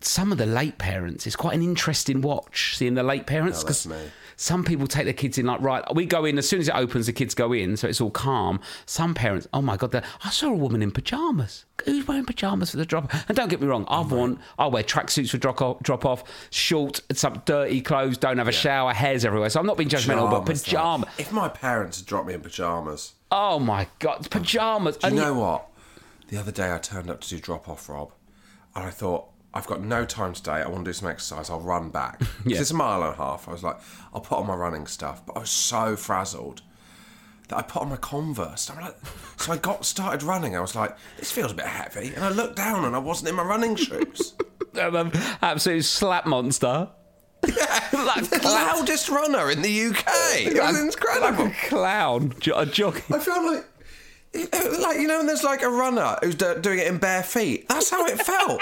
Speaker 2: some of the late parents, it's quite an interesting watch seeing the late parents.
Speaker 3: Oh, that's
Speaker 2: 'cause
Speaker 3: me.
Speaker 2: some people take their kids in, like, right, we go in, as soon as it opens, the kids go in, so it's all calm. Some parents, oh my God, they're- I saw a woman in pyjamas. Who's wearing pyjamas for the drop off? And don't get me wrong,
Speaker 3: Oh
Speaker 2: I've worn, I wear tracksuits for drop off, drop off, short, some dirty clothes, don't have a shower, hair's everywhere. So I'm not being judgmental, but
Speaker 3: Pyjamas,
Speaker 2: pajama.
Speaker 3: though. If my parents had dropped me in pajamas,
Speaker 2: Oh my god, pajamas.
Speaker 3: Do you know what? The other day I turned up to do drop off, Rob, and I thought, I've got no time today. I want to do some exercise. I'll run back. 'Cause
Speaker 2: Yeah.
Speaker 3: It's a mile and a half. I was like, I'll put on my running stuff. But I was so frazzled that I put on my Converse. I'm like, so I got started running. I was like, this feels a bit heavy. And I looked down and I wasn't in my running shoes.
Speaker 2: Um, um, absolute slap monster. like,
Speaker 3: the loudest runner in the UK. It was incredible.
Speaker 2: a clown, jo- a jockey.
Speaker 3: I felt like. Like you know, when there's like a runner who's do- doing it in bare feet. That's how it felt.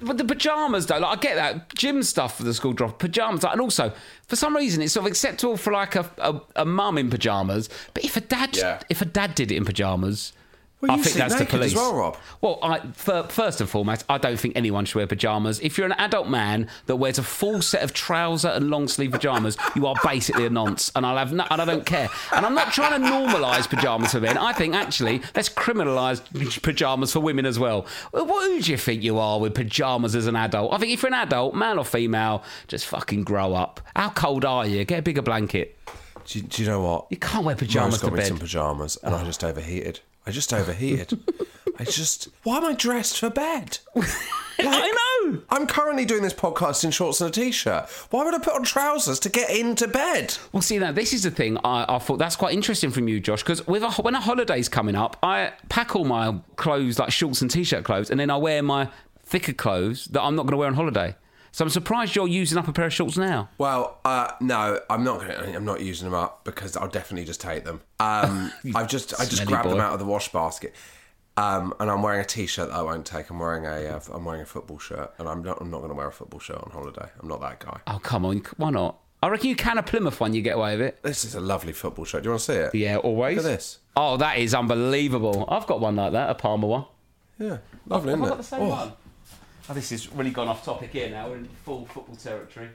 Speaker 2: But the pajamas, though, like I get that gym stuff for the school drop pajamas, like, and also for some reason it's sort of acceptable for like a a, a mum in pajamas. But if a dad,
Speaker 3: Yeah.
Speaker 2: if a dad did it in pajamas,
Speaker 3: Well,
Speaker 2: I
Speaker 3: you
Speaker 2: think
Speaker 3: sleep
Speaker 2: that's the
Speaker 3: naked as
Speaker 2: police.
Speaker 3: well, Rob.
Speaker 2: Well, I, fir- first and foremost, I don't think anyone should wear pajamas. If you're an adult man that wears a full set of trouser and long sleeve pajamas, you are basically a nonce, and I'll have no, and I don't care. And I'm not trying to normalise pajamas for men. I think actually let's criminalise pajamas for women as well. Well, What who do you think you are with pajamas as an adult? I think if you're an adult, man or female, just fucking grow up. How cold are you? Get a bigger blanket.
Speaker 3: Do you, do you know what?
Speaker 2: You can't wear pajamas
Speaker 3: Mum's got
Speaker 2: to
Speaker 3: me some
Speaker 2: bed. Oh.
Speaker 3: pajamas, and I just overheated. I just overheated. I just. Why am I dressed for bed?
Speaker 2: I know.
Speaker 3: I'm currently doing this podcast in shorts and a t-shirt. Why would I put on trousers to get into bed?
Speaker 2: Well, see, now this is the thing. I, I thought that's quite interesting from you, Josh, because with a, when a holiday's coming up, I pack all my clothes like shorts and t-shirt clothes, and then I wear my thicker clothes that I'm not going to wear on holiday. So I'm surprised you're using up a pair of shorts now.
Speaker 3: Well, uh, no, I'm not. Gonna, I'm not using them up because I'll definitely just take them. Um, I've just I just
Speaker 2: smelly
Speaker 3: grabbed them
Speaker 2: boy.
Speaker 3: out of the wash basket, um, and I'm wearing a t-shirt that I won't take. I'm wearing a uh, I'm wearing a football shirt, and I'm not I'm not going to wear a football shirt on holiday. I'm not that guy.
Speaker 2: Oh come on, why not? I reckon you can a Plymouth one. You get away with it.
Speaker 3: This is a lovely football shirt. Do you want to see it?
Speaker 2: Yeah, always.
Speaker 3: Look at this.
Speaker 2: Oh, that is unbelievable. I've got one like that, a Palmer one.
Speaker 3: Yeah, lovely, isn't
Speaker 2: Have I
Speaker 3: it?
Speaker 2: got the same
Speaker 3: Oh,
Speaker 2: one? Oh, this has really gone off topic here now. We're in full football territory.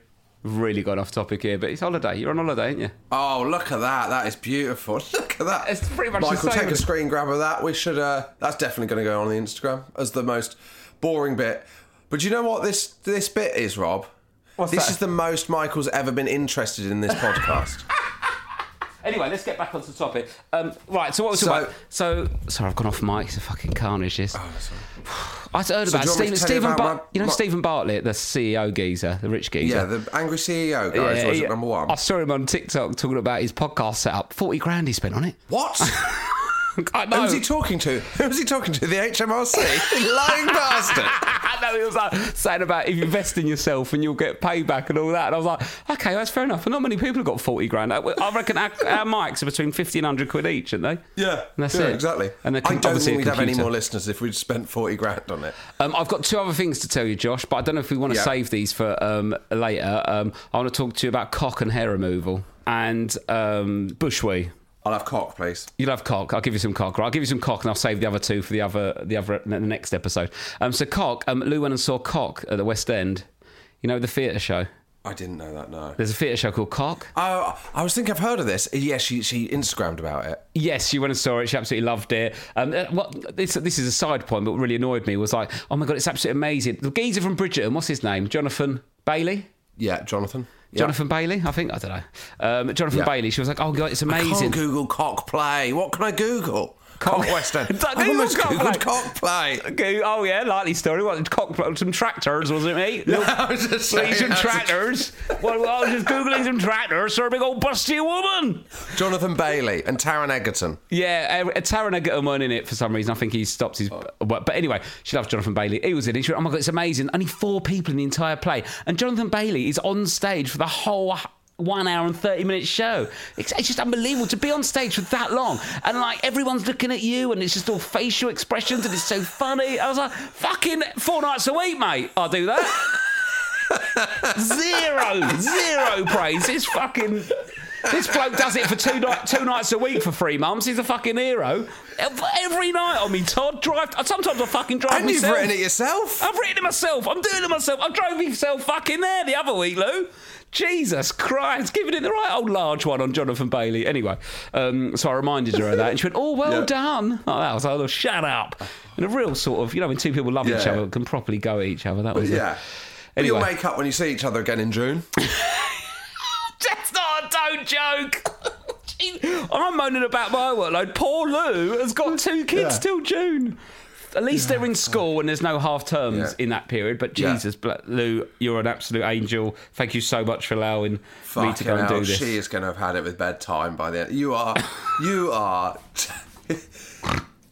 Speaker 2: Really gone off topic here, but it's holiday. You're on holiday, ain't you?
Speaker 3: Oh, look at that! That is beautiful. Look at that.
Speaker 2: It's pretty much the
Speaker 3: Michael,
Speaker 2: same.
Speaker 3: take a screen grab of that. We should. Uh, that's definitely going to go on the Instagram as the most boring bit. But do you know what this this bit is, Rob? this
Speaker 2: that?
Speaker 3: is the most Michael's ever been interested in this podcast.
Speaker 2: Anyway, let's get back onto the topic. Um, right, so what was
Speaker 3: So- Oh,
Speaker 2: about? So sorry, I've gone off mic. It's a fucking carnage. This. I heard
Speaker 3: So
Speaker 2: about
Speaker 3: do you want me to
Speaker 2: Stephen.
Speaker 3: tell you
Speaker 2: Stephen
Speaker 3: about
Speaker 2: Bar-
Speaker 3: my-
Speaker 2: you know
Speaker 3: my-
Speaker 2: Stephen Bartlett, the CEO geezer, the rich geezer.
Speaker 3: yeah, the angry CEO guys. was
Speaker 2: he-
Speaker 3: it number one?
Speaker 2: I saw him on TikTok talking about his podcast setup. Forty grand he spent on it.
Speaker 3: what?
Speaker 2: I
Speaker 3: Who
Speaker 2: know.
Speaker 3: was he talking to? Who was he talking to? The HMRC? You lying bastard!
Speaker 2: I know he was like saying about if you invest in yourself and you'll get payback and all that. And I was like, okay, that's fair enough. And not many people have got forty grand. I, I reckon our, our mics are between fifty and hundred quid each, aren't they?
Speaker 3: Yeah,
Speaker 2: and that's
Speaker 3: yeah,
Speaker 2: it.
Speaker 3: exactly.
Speaker 2: And
Speaker 3: I
Speaker 2: the com-
Speaker 3: don't
Speaker 2: obviously
Speaker 3: think
Speaker 2: a
Speaker 3: we'd have any
Speaker 2: computer.
Speaker 3: more listeners if we'd spent forty grand on it.
Speaker 2: Um, I've got two other things to tell you, Josh, but I don't know if we want to
Speaker 3: Yeah.
Speaker 2: save these for um, later. Um, I want to talk to you about cock and hair removal and um, bushwee.
Speaker 3: I'll have cock, please.
Speaker 2: You'll have cock. I'll give you some cock. Right, I'll give you some cock, and I'll save the other two for the other the other the next episode. Um, so cock. Um, Lou went and saw cock at the West End. You know the theatre show.
Speaker 3: I didn't know that. No.
Speaker 2: There's a theatre show called Cock.
Speaker 3: Oh, I was thinking I've heard of this. Yeah, she she Instagrammed about it.
Speaker 2: Yes, she went and saw it. She absolutely loved it. Um, uh, what this this is a side point, but what really annoyed me was like, oh my god, it's absolutely amazing. The geezer from Bridgerton, what's his name? Jonathan Bailey.
Speaker 3: Yeah, Jonathan. Yeah.
Speaker 2: Jonathan Bailey, I think. I don't know. Um, Jonathan
Speaker 3: Yeah.
Speaker 2: Bailey. She was like, "Oh God, it's
Speaker 3: Can't
Speaker 2: amazing."
Speaker 3: Google cock play. What can I Google? Cock, West End.
Speaker 2: Don't
Speaker 3: I've
Speaker 2: Google
Speaker 3: almost
Speaker 2: cock
Speaker 3: Googled
Speaker 2: play.
Speaker 3: cock play.
Speaker 2: Go- Oh yeah, likely story. What cock some tractors was it, mate? Little-
Speaker 3: I was just
Speaker 2: Please,
Speaker 3: saying,
Speaker 2: some
Speaker 3: that's-
Speaker 2: tractors. well, I was just googling some tractors. Sir, big old busty woman.
Speaker 3: Jonathan Bailey and Taron Egerton.
Speaker 2: Yeah, uh, Taron Egerton weren't in it for some reason. I think he stopped his. But, but anyway, she loved Jonathan Bailey. He was in it. She went, oh my God, it's amazing. Only four people in the entire play. And Jonathan Bailey is on stage for the whole h- one hour and 30 minute show. It's, it's just unbelievable to be on stage for that long. And like everyone's looking at you and it's just all facial expressions and it's so funny. I was like, fucking four nights a week, mate. I'll do that. zero, zero praise. It's fucking. This bloke does it for two, night, two nights a week for three months. He's a fucking hero. Ev- Every night on me, Todd. Drive. Sometimes I fucking drive
Speaker 3: And you've
Speaker 2: myself.
Speaker 3: written it yourself. Oh,
Speaker 2: I've written it myself. I'm doing it myself. I drove myself fucking there the other week, Lou. Jesus Christ, giving it the right old large one on Jonathan Bailey. Anyway, um, so I reminded her of that, and she went, "Oh, well
Speaker 3: Yeah.
Speaker 2: done." Like that. I was like, "Oh, "Shut up!" In a real sort of, you know, when two people love each
Speaker 3: Yeah.
Speaker 2: other and can properly go at each other. That was it.
Speaker 3: Yeah. But
Speaker 2: Anyway,
Speaker 3: You'll make up when you see each other again in June.
Speaker 2: That's not a don't joke. Jeez, I'm moaning about my workload. Poor Lou has got two kids
Speaker 3: Yeah.
Speaker 2: till June. At least they're in school and there's no half terms
Speaker 3: Yeah.
Speaker 2: in that period. But
Speaker 3: Yeah.
Speaker 2: Jesus, Bla- Lou, you're an absolute angel. Thank you so much for allowing me to
Speaker 3: Fucking
Speaker 2: go and
Speaker 3: hell,
Speaker 2: do this.
Speaker 3: she is going to have had it with bedtime by the end. You are, you are.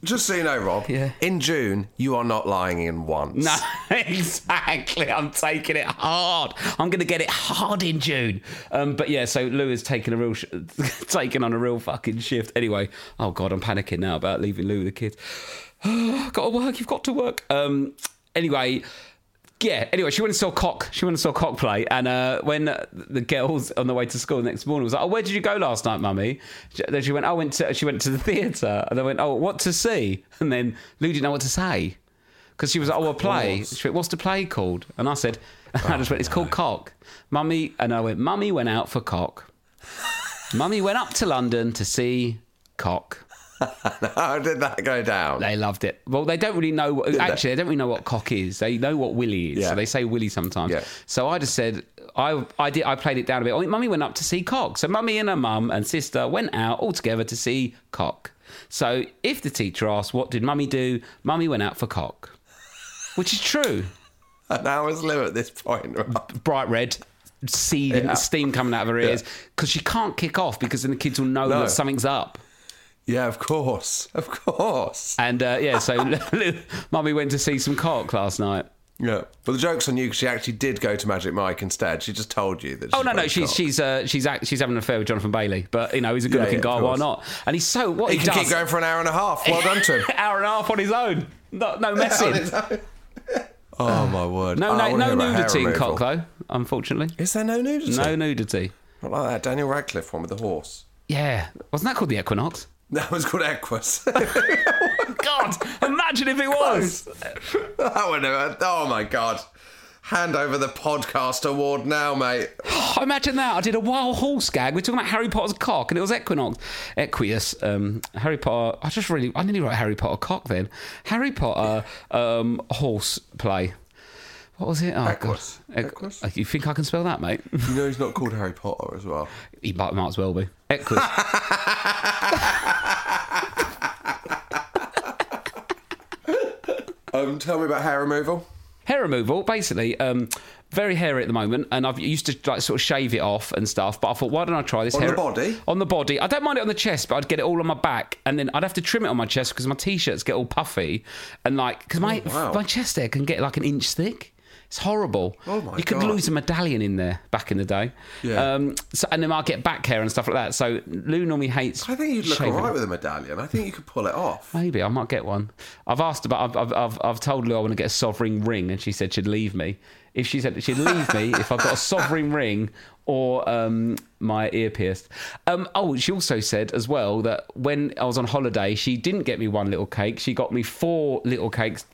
Speaker 3: Just so you know, Rob.
Speaker 2: Yeah.
Speaker 3: In June, you are not lying in once.
Speaker 2: No, exactly. I'm taking it hard. I'm going to get it hard in June. Um, but yeah, so Lou is taking a real, sh- taking on a real fucking shift. Anyway, oh god, I'm panicking now about leaving Lou with the kids. got to work. You've got to work. Um, anyway. yeah. Anyway, she went and saw cock. She went and saw cock play. And uh, when uh, the girls on the way to school the next morning was like, "Oh, where did you go last night, mummy?" She- Then she went, "Oh, "I went to." She went to the theatre, and they went, "Oh, what to see?" And then Lou didn't know what to say because she was like, "Oh, a play." She went, "What's the play called?" And I said, "I just went, it's called Cock." Mummy and I went, "Mummy went out for cock." Mummy went up to London to see cock.
Speaker 3: How did that go down?
Speaker 2: They loved it. Well, they don't really know. What, actually, they don't really know what cock is. They know what willy is.
Speaker 3: Yeah.
Speaker 2: So they say willy sometimes.
Speaker 3: Yeah.
Speaker 2: So I just said I I did I played it down a bit. Oh, mummy went up to see cock. So mummy and her mum and sister went out all together to see cock. So if the teacher asked what did mummy do, mummy went out for cock, which is true.
Speaker 3: An hour's live at this point.
Speaker 2: Bright red. Seething, steam coming out of her ears because she can't kick off because then the kids will know
Speaker 3: No.
Speaker 2: that something's up.
Speaker 3: yeah, of course. Of course.
Speaker 2: And uh, yeah, so mummy went to see some cock last night.
Speaker 3: Yeah. But the joke's on you 'cause she actually did go to Magic Mike instead. She just told you that
Speaker 2: Oh no, no,
Speaker 3: went
Speaker 2: she's
Speaker 3: cock.
Speaker 2: she's uh, she's act- she's having an affair with Jonathan Bailey, but you know he's a
Speaker 3: Yeah,
Speaker 2: good-looking
Speaker 3: yeah,
Speaker 2: guy.
Speaker 3: of
Speaker 2: Why
Speaker 3: course.
Speaker 2: not? And he's so what
Speaker 3: He
Speaker 2: he,
Speaker 3: can
Speaker 2: does.
Speaker 3: keep going for an hour and a half. Well done to him.
Speaker 2: hour and a half on his own. No, no messing.
Speaker 3: Oh my word.
Speaker 2: No,
Speaker 3: Oh, I
Speaker 2: no,
Speaker 3: wanna
Speaker 2: no
Speaker 3: hear about hair
Speaker 2: nudity in
Speaker 3: removal.
Speaker 2: cock though. Unfortunately,
Speaker 3: Is there no nudity?
Speaker 2: no nudity.
Speaker 3: Not like that Daniel Radcliffe one with the horse.
Speaker 2: Yeah, wasn't that called the Equinox?
Speaker 3: That was called Equus. Oh
Speaker 2: God, imagine if it was.
Speaker 3: that would have, oh my god. Hand over the podcast award now, mate.
Speaker 2: Oh, imagine that. I did a wild horse gag. We're talking about Harry Potter's cock, and it was Equinox, Equius. Um, Harry Potter. I just really, I nearly wrote Harry Potter cock then. Harry Potter um, horse play. What was it? Oh,
Speaker 3: Equus.
Speaker 2: God.
Speaker 3: Equus?
Speaker 2: Equ- Uh, You think I can spell that, mate?
Speaker 3: You know he's not called Harry Potter as well.
Speaker 2: he might, might as well be. Equus.
Speaker 3: Um, tell me about hair removal.
Speaker 2: hair removal basically um very hairy at the moment and i've used to like sort of shave it off and stuff but i thought why don't i try this
Speaker 3: On the
Speaker 2: hair
Speaker 3: body?
Speaker 2: on the body i don't mind it on the chest but i'd get it all on my back and then i'd have to trim it on my chest because my t-shirts get all puffy and like because my
Speaker 3: Oh, wow.
Speaker 2: my chest hair can get like an inch thick it's horrible.
Speaker 3: Oh, my
Speaker 2: You could
Speaker 3: God.
Speaker 2: lose a medallion in there back in the day.
Speaker 3: Yeah.
Speaker 2: Um, so, and then I'll get back hair and stuff like that. So Lou normally hates.
Speaker 3: I think you'd look
Speaker 2: shaving.
Speaker 3: alright with a medallion. I think you could pull it off.
Speaker 2: Maybe I might get one. I've asked about. I've, I've, I've, I've told Lou I want to get a sovereign ring, and she said she'd leave me. If she said she'd leave me if I've got a sovereign ring or um, my ear pierced. Um, oh, she also said as well that when I was on holiday, she didn't get me one little cake. She got me four little cakes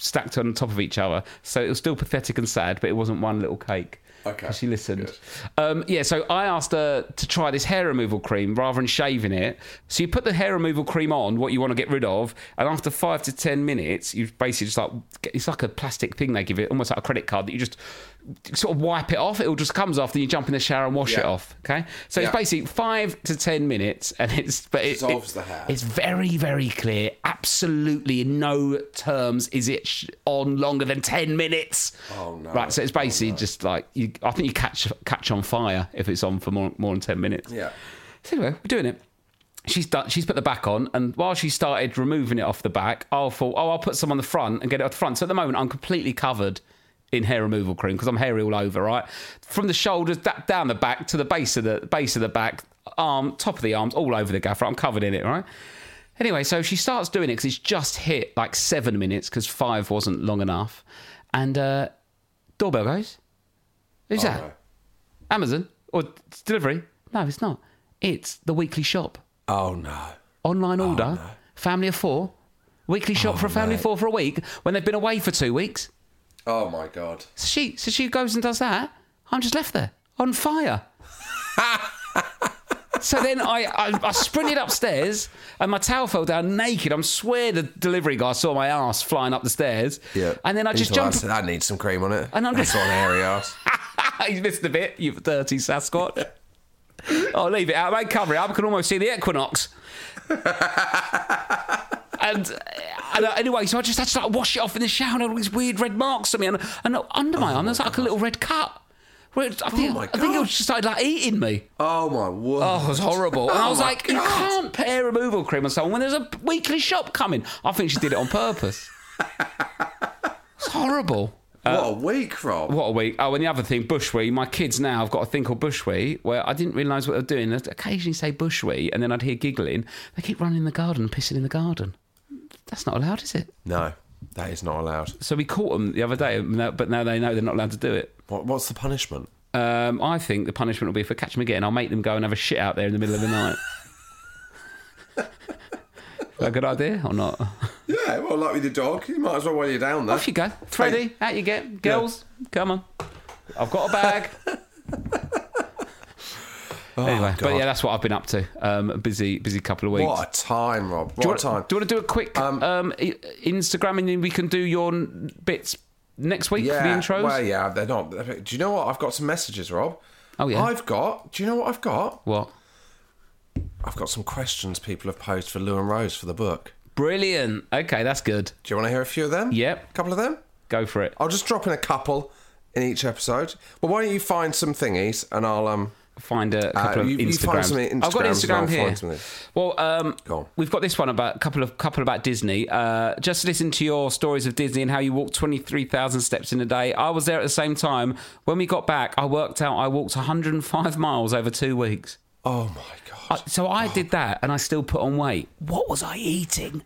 Speaker 2: stacked on top of each other. So it was still pathetic and sad, but it wasn't one little cake.
Speaker 3: Okay,
Speaker 2: She listened. Um, yeah, so I asked her to try this hair removal cream rather than shaving it. So you put the hair removal cream on, what you want to get rid of, and after five to ten minutes, you basically just like it's like a plastic thing they give it, almost like a credit card that you just sort of wipe it off. It all just comes off. Then you jump in the shower and wash it
Speaker 3: Yeah.
Speaker 2: off. Okay, so
Speaker 3: Yeah.
Speaker 2: it's basically five to ten minutes, and it's but it, it-
Speaker 3: Dissolves the hair.
Speaker 2: It's very, very clear. Absolutely, in no terms is it sh- on longer than ten minutes.
Speaker 3: Oh, no.
Speaker 2: Right, so it's basically just like you. I think you catch catch on fire if it's on for more more than ten minutes.
Speaker 3: Yeah.
Speaker 2: So anyway, we're doing it. She's done. She's put the back on, and while she started removing it off the back, I thought, oh, I'll put some on the front and get it off the front. So at the moment, I'm completely covered in hair removal cream because I'm hairy all over, right? From the shoulders da- down the back to the base of the base of the back, arm, top of the arms, all over the gaffer. I'm covered in it, right? Anyway, so she starts doing it because it's just hit like seven minutes because five wasn't long enough, and uh, doorbell goes. Who's that?
Speaker 3: Oh, no.
Speaker 2: Amazon or it's delivery? No, it's not. It's the weekly shop.
Speaker 3: Oh no.
Speaker 2: Online order, family of four, weekly shop for a family of four for a week when they've been away for two weeks.
Speaker 3: Oh my god.
Speaker 2: So she, so she goes and does that. I'm just left there on fire. so then I, I, I sprinted upstairs and my towel fell down naked. I'm swear the delivery guy saw my ass flying up the stairs. And then I
Speaker 3: He's
Speaker 2: just
Speaker 3: like,
Speaker 2: jumped.
Speaker 3: uh, That needs some cream on it.
Speaker 2: And I'm
Speaker 3: That's
Speaker 2: just-
Speaker 3: on hairy ass.
Speaker 2: He's missed a bit, you dirty Sasquatch. I'll leave it out, mate. Cover it up. I can almost see the equinox. and, and uh, anyway, so I just had to like wash it off in the shower and all these weird red marks on me. And, and under Oh my Oh arm, there's like a little red cut. Where it, I, think,
Speaker 3: my
Speaker 2: I think it
Speaker 3: God.
Speaker 2: was just started like eating me.
Speaker 3: Oh my word.
Speaker 2: Oh, it was horrible. And I
Speaker 3: Oh
Speaker 2: was
Speaker 3: my
Speaker 2: like, you
Speaker 3: God.
Speaker 2: can't put hair removal cream on someone when there's a weekly shop coming. I think she did it on purpose. it's horrible.
Speaker 3: what a week, Rob.
Speaker 2: uh, What a week. Oh, and the other thing, bushwee. My kids now have got a thing called bushwee where I didn't realise what they're doing. They'd occasionally say bushwee and then I'd hear giggling. They keep running in the garden, pissing in the garden. That's not allowed, is it?
Speaker 3: No. That is not allowed.
Speaker 2: So we caught them the other day, no- but now they know they're not allowed to do it.
Speaker 3: What, what's the punishment?
Speaker 2: Um, I think the punishment will be if I catch them again, I'll make them go and have a shit out there in the middle of the night. Is that a good idea or not?
Speaker 3: Yeah, well, like with your dog, you might as well while you're down there.
Speaker 2: Off you go. Freddie, out you get. Girls, come on. I've got a bag. anyway, but yeah, that's what I've been up to. Um, a busy, busy couple of weeks.
Speaker 3: Oh, What a time, Rob. What
Speaker 2: Do you,
Speaker 3: a time.
Speaker 2: want, do you want to do a quick um, I- Instagram and then we can do your n- bits next week for the intros?
Speaker 3: Well, yeah, they're not. Do you know what? I've got some messages, Rob.
Speaker 2: Oh, yeah.
Speaker 3: I've got. Do you know what I've got?
Speaker 2: What?
Speaker 3: I've got some questions people have posed for Lou and Rose for the book.
Speaker 2: Brilliant. Okay, that's good.
Speaker 3: Do you want to hear a few of them?
Speaker 2: Yep.
Speaker 3: A couple of them?
Speaker 2: Go for it.
Speaker 3: I'll just drop in a couple in each episode. Well, why don't you find some thingies and I'll um.
Speaker 2: find a couple
Speaker 3: you-
Speaker 2: of
Speaker 3: you find
Speaker 2: Instagrams.
Speaker 3: some
Speaker 2: I've got an
Speaker 3: Instagrams and I'll
Speaker 2: Instagram here.
Speaker 3: find something.
Speaker 2: Well, um,
Speaker 3: Go on.
Speaker 2: we've got this one about a couple of couple about Disney. Uh, just listen to your stories of Disney and how you walked twenty three thousand steps in a day. I was there at the same time. When we got back, I worked out I walked one hundred and five miles over two weeks.
Speaker 3: Oh my god.
Speaker 2: I, so I did that, and I still put on weight. What was I eating?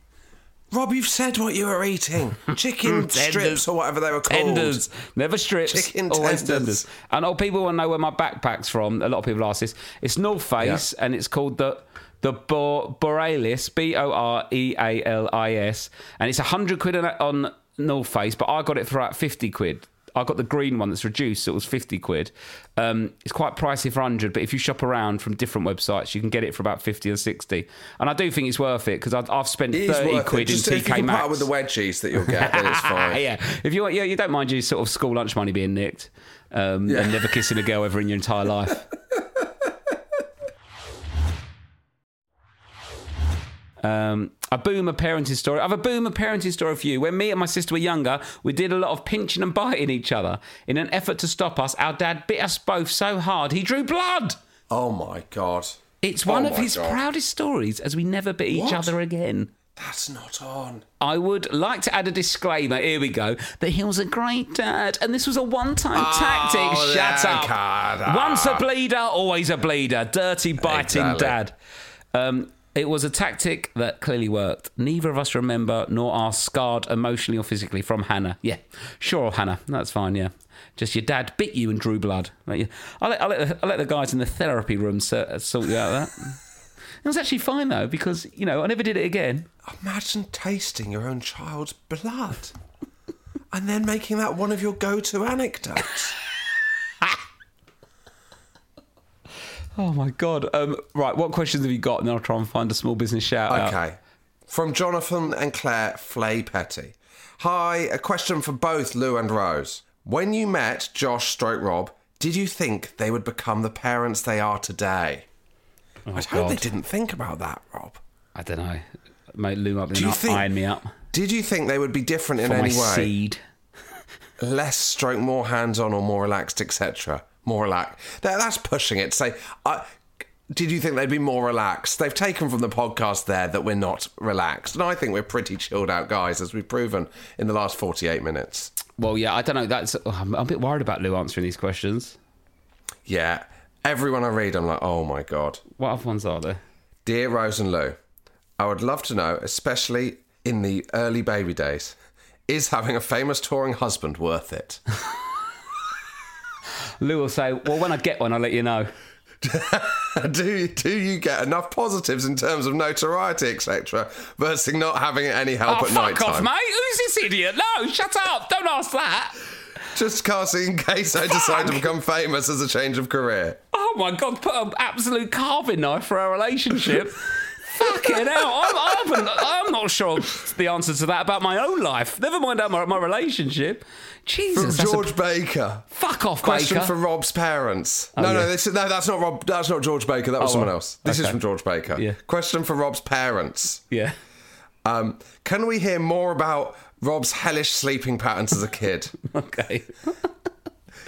Speaker 3: Rob, you've said what you were eating. Chicken strips or whatever they were called.
Speaker 2: Tenders, never strips.
Speaker 3: Chicken
Speaker 2: always
Speaker 3: tenders.
Speaker 2: tenders. And all people want to know where my backpack's from. A lot of people ask this. It's North Face, and it's called the the Bor- Borealis, B O R E A L I S, and it's hundred quid on- on North Face, but I got it for about fifty quid. I got the green one that's reduced, so it was fifty quid. Um, it's quite pricey for hundred, but if you shop around from different websites, you can get it for about fifty or sixty. And I do think it's worth it because I've spent
Speaker 3: It is
Speaker 2: thirty
Speaker 3: worth it.
Speaker 2: quid
Speaker 3: Just
Speaker 2: in
Speaker 3: if you
Speaker 2: TK
Speaker 3: can put
Speaker 2: Maxx.
Speaker 3: up with the wedgies that you'll get, then it's fine.
Speaker 2: Ah, yeah, if you yeah, you don't mind your sort of school lunch money being nicked um, and never kissing a girl ever in your entire life. Um, a boomer parenting story. I have a boomer parenting story for you. When me and my sister were younger, we did a lot of pinching and biting each other. In an effort to stop us, our dad bit us both so hard he drew blood.
Speaker 3: Oh my god. Oh
Speaker 2: It's
Speaker 3: one
Speaker 2: one of his proudest stories, as we never bit each
Speaker 3: What?
Speaker 2: other again.
Speaker 3: That's not on.
Speaker 2: I would like to add a disclaimer. Here we go. That he was a great dad, and this was a one-time tactic. Shut
Speaker 3: then,
Speaker 2: up.
Speaker 3: cut up.
Speaker 2: Once a bleeder, always a bleeder. Dirty biting
Speaker 3: Exactly.
Speaker 2: dad. Um, it was a tactic that clearly worked. Neither of us remember nor are scarred emotionally or physically from Hannah. Yeah, sure, Hannah. That's fine. Yeah, just your dad bit you and drew blood. Like, yeah. I'll let, I'll let, the, I'll let the guys in the therapy room sort, sort you out of that. It was actually fine though because you know I never did it again.
Speaker 3: Imagine tasting your own child's blood and then making that one of your go to anecdotes.
Speaker 2: Oh my god! Um, right, what questions have you got? And then I'll try and find a small business shout out.
Speaker 3: Okay. From Jonathan and Claire Flay Petty. Hi, a question for both Lou and Rose. When you met Josh Stroke Rob, did you think they would become the parents they are today? I hope they
Speaker 2: Oh, God.
Speaker 3: didn't think about that, Rob.
Speaker 2: I don't know, mate. Lou might be
Speaker 3: Do you
Speaker 2: not
Speaker 3: think-
Speaker 2: eyeing me up
Speaker 3: Did you think they would be different in
Speaker 2: for my
Speaker 3: any way?
Speaker 2: seed.
Speaker 3: less stroke, more hands on, or more relaxed, etc. More relaxed. That, that's pushing it. Say, I did you think they'd be more relaxed? They've taken from the podcast there that we're not relaxed, and I think we're pretty chilled out guys, as we've proven in the last forty-eight minutes.
Speaker 2: Well, yeah, I don't know. That's oh, I'm I'm a bit worried about Lou answering these questions.
Speaker 3: Yeah, everyone I read, I'm like, oh my god.
Speaker 2: What other ones are there?
Speaker 3: Dear Rose and Lou, I would love to know, especially in the early baby days, is having a famous touring husband worth it?
Speaker 2: Lou will say, "Well, when I get one, I'll let you know."
Speaker 3: do do you get enough positives in terms of notoriety, etc., versus not having any help
Speaker 2: oh,
Speaker 3: at
Speaker 2: fuck
Speaker 3: night
Speaker 2: off,
Speaker 3: time?
Speaker 2: mate! Who's this idiot? No, shut up! Don't ask that.
Speaker 3: Just casting in case I decide to become famous as a change of career.
Speaker 2: Oh my god, put an absolute carving knife for our relationship. Fucking hell, I'm, I'm, I'm not sure the answer to that about my own life. Never mind about my, my relationship. Jesus, that's a-
Speaker 3: George Baker.
Speaker 2: fuck off,
Speaker 3: Question
Speaker 2: Baker. Oh,
Speaker 3: for Rob's parents. no, no,
Speaker 2: yeah.
Speaker 3: this, no, that's not Rob. That's not George Baker. That was
Speaker 2: Oh,
Speaker 3: someone
Speaker 2: well,
Speaker 3: else. This is
Speaker 2: okay.
Speaker 3: from George Baker.
Speaker 2: Yeah.
Speaker 3: Question for Rob's parents.
Speaker 2: yeah.
Speaker 3: Um, can we hear more about Rob's hellish sleeping patterns as a kid?
Speaker 2: Okay.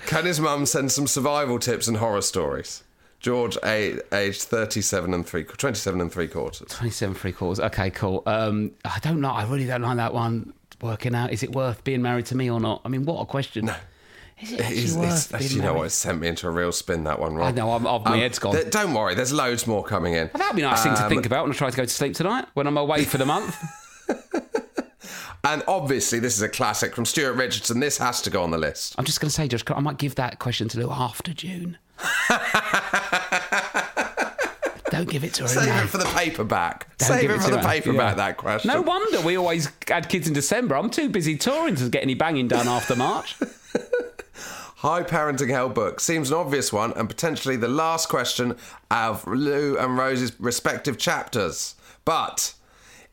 Speaker 3: Can his mum send some survival tips and horror stories? George, a- aged 37 and three, 27 and three quarters.
Speaker 2: Twenty-seven three quarters. Okay, cool. Um, I don't know. I really don't like that one. Working out, is it worth being married to me or not? I mean, what a question. No. Is it actually
Speaker 3: It's,
Speaker 2: worth
Speaker 3: it's,
Speaker 2: being
Speaker 3: you
Speaker 2: married?
Speaker 3: know what? It sent me into a real spin, that one, Rob. Um,
Speaker 2: I know, I'm- I've- my head's gone.
Speaker 3: th- don't worry, there's loads more coming in. Um,
Speaker 2: That'd be a nice thing to think about when I try to go to sleep tonight when I'm away for the month.
Speaker 3: Uh, And obviously, this is a classic from Stuart Richardson. This has to go on the list.
Speaker 2: I'm just going to say, Josh, I might give that question to Lou after June. Don't give it to her
Speaker 3: Save
Speaker 2: now.
Speaker 3: it for the paperback.
Speaker 2: Don't
Speaker 3: Save
Speaker 2: give
Speaker 3: it for
Speaker 2: to
Speaker 3: the
Speaker 2: her.
Speaker 3: paperback,
Speaker 2: Yeah.
Speaker 3: that question.
Speaker 2: No wonder we always had kids in December. I'm too busy touring to get any banging done after March.
Speaker 3: High Parenting Hell book seems an obvious one and potentially the last question of Lou and Rose's respective chapters. But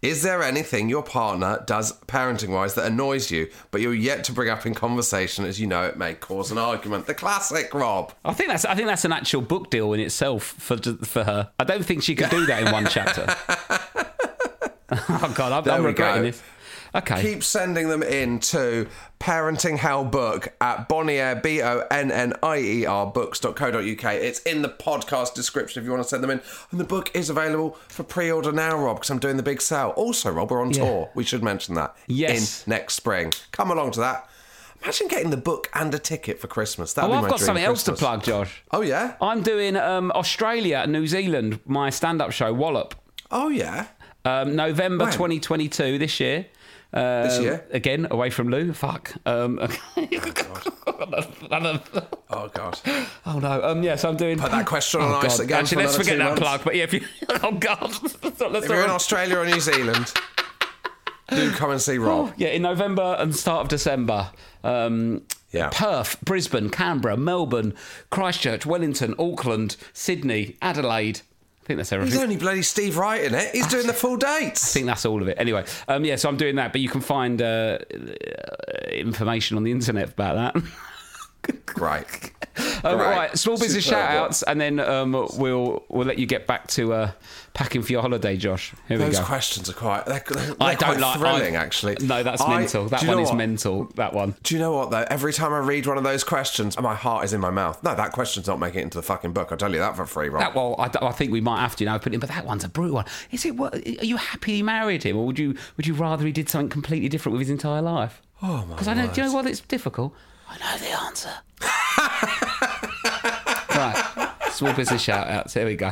Speaker 3: is there anything your partner does parenting wise that annoys you, but you're yet to bring up in conversation as you know it may cause an argument? The classic Rob.
Speaker 2: I think that's I think that's an actual book deal in itself for for her. I don't think she could do that in one chapter. oh God, I'm,
Speaker 3: There
Speaker 2: I'm
Speaker 3: we
Speaker 2: regretting
Speaker 3: go.
Speaker 2: this. Okay,
Speaker 3: Keep sending them in to parentinghellbook at Bonnier, B O N N I E R books.co.uk. It's in the podcast description if you want to send them in. And the book is available for pre order now, Rob, because I'm doing the big sale. Also, Rob, we're on
Speaker 2: Yeah.
Speaker 3: tour. We should mention that.
Speaker 2: Yes.
Speaker 3: In next spring. Come along to that. Imagine getting the book and a ticket for Christmas. That'd
Speaker 2: oh,
Speaker 3: be
Speaker 2: I've
Speaker 3: my
Speaker 2: got
Speaker 3: dream
Speaker 2: something else to
Speaker 3: Christmas.
Speaker 2: plug, Josh.
Speaker 3: Oh, yeah?
Speaker 2: I'm doing um, Australia and New Zealand, my stand-up show Wallop,
Speaker 3: Oh, yeah.
Speaker 2: um, November
Speaker 3: When?
Speaker 2: 2022 this year. Uh,
Speaker 3: This year?
Speaker 2: again, away from Lou. Fuck. Um,
Speaker 3: Oh, God.
Speaker 2: Oh no. Um. Yes, I'm doing.
Speaker 3: Put that question on
Speaker 2: Oh,
Speaker 3: ice
Speaker 2: God.
Speaker 3: again.
Speaker 2: Actually,
Speaker 3: for
Speaker 2: let's
Speaker 3: another
Speaker 2: forget
Speaker 3: two
Speaker 2: that
Speaker 3: months.
Speaker 2: plug. But yeah, if you. Oh God. Let's not- let's
Speaker 3: If you're in
Speaker 2: not-
Speaker 3: Australia or New Zealand, do come and see Rob.
Speaker 2: Yeah, in November and start of December. Um,
Speaker 3: Yeah.
Speaker 2: Perth, Brisbane, Canberra, Melbourne, Christchurch, Wellington, Auckland, Sydney, Adelaide. I think that's everything.
Speaker 3: There's only bloody Steve Wright in it. He's doing the full dates.
Speaker 2: I think that's all of it. Anyway, um, yeah, so I'm doing that, but you can find uh, information on the internet about that.
Speaker 3: Right.
Speaker 2: Um,
Speaker 3: Right.
Speaker 2: right. small business
Speaker 3: Superb.
Speaker 2: shout outs, and then um, we'll we'll let you get back to uh, packing for your holiday, Josh. Here we
Speaker 3: Those
Speaker 2: go.
Speaker 3: questions are quite. They're, they're, they're
Speaker 2: I don't
Speaker 3: quite
Speaker 2: like
Speaker 3: thrilling,
Speaker 2: I-
Speaker 3: actually.
Speaker 2: No, that's
Speaker 3: I-
Speaker 2: mental. That
Speaker 3: do you
Speaker 2: one
Speaker 3: know
Speaker 2: is
Speaker 3: what?
Speaker 2: mental. That one.
Speaker 3: Do you know what though? Every time I read one of those questions, my heart is in my mouth. No, that question's not making it into the fucking book. I'll tell you that for free, Rob.
Speaker 2: That well, I, I think we might have to now put in. But that one's a brutal one. Is it? What, are you happy he married him, or would you would you rather he did something completely different with his entire life? Oh my! Because I know. Do you know what? It's difficult. I know the answer. right. Small business shout outs. Here we go.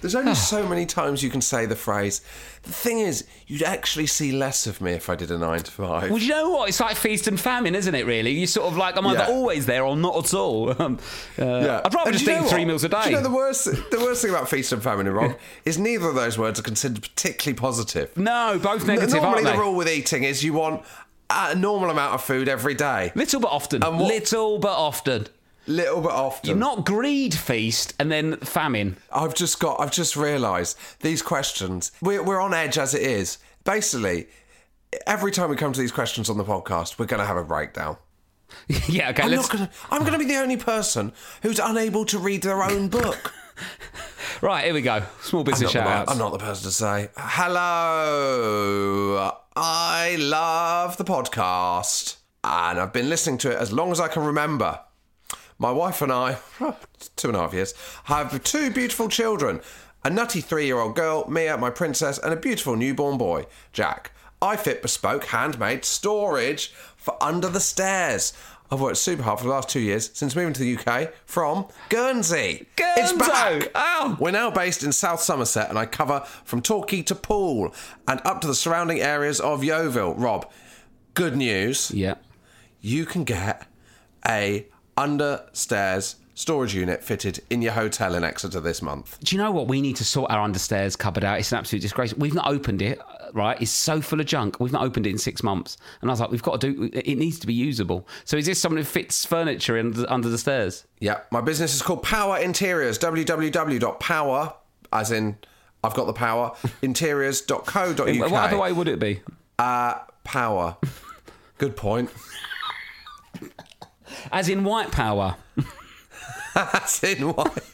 Speaker 3: There's only so many times you can say the phrase. The thing is, you'd actually see less of me if I did a nine to five.
Speaker 2: Well, do you know what? It's like feast and famine, isn't it? Really, you sort of like I'm
Speaker 3: Yeah.
Speaker 2: either always there or not at all. Um, uh, I'd rather
Speaker 3: And
Speaker 2: just
Speaker 3: do you
Speaker 2: eat
Speaker 3: know
Speaker 2: three
Speaker 3: what?
Speaker 2: meals a day.
Speaker 3: Do you know the worst? The worst thing about feast and famine, Rob, is neither of those words are considered particularly positive.
Speaker 2: no, both negative,
Speaker 3: Normally,
Speaker 2: aren't they?
Speaker 3: the rule with eating is you want a normal amount of food every day,
Speaker 2: Little but often.
Speaker 3: And what-
Speaker 2: Little but often.
Speaker 3: little but often.
Speaker 2: Not greed feast and then famine.
Speaker 3: I've just got. I've just realised these questions. We're, we're on edge as it is. Basically, every time we come to these questions on the podcast, we're going to have a breakdown.
Speaker 2: yeah, okay.
Speaker 3: I'm
Speaker 2: let's
Speaker 3: not going to. I'm going to be the only person who's unable to read their own book.
Speaker 2: right. Here we go. Small business
Speaker 3: not the
Speaker 2: shout
Speaker 3: one-
Speaker 2: outs.
Speaker 3: I'm not the person to say, hello, I love the podcast. And I've been listening to it as long as I can remember. My wife and I, two and a half years, have two beautiful children a nutty three year old girl, Mia, my princess, and a beautiful newborn boy, Jack. I fit bespoke handmade storage for under the stairs. I've worked super hard for the last two years since moving to the UK from Guernsey. It's
Speaker 2: Guernsey!
Speaker 3: back!
Speaker 2: Ow!
Speaker 3: We're now based in South Somerset, and I cover from Torquay to Poole and up to the surrounding areas of Yeovil. Rob, good news
Speaker 2: Yeah.
Speaker 3: you can get a understairs storage unit fitted in your hotel in Exeter this month.
Speaker 2: Do you know what? We need to sort our understairs cupboard out. It's an absolute disgrace. We've not opened it, uh, right? It's so full of junk. We've not opened it in six months. And I was like, we've got to do it, needs to be usable. So is this someone who fits furniture in, under the stairs?
Speaker 3: Yeah, my business is called Power Interiors. www.power, as in I've got the power, interiors.co.uk.
Speaker 2: What other way would it be?
Speaker 3: Uh, power. Good point.
Speaker 2: As in white power.
Speaker 3: That's in what?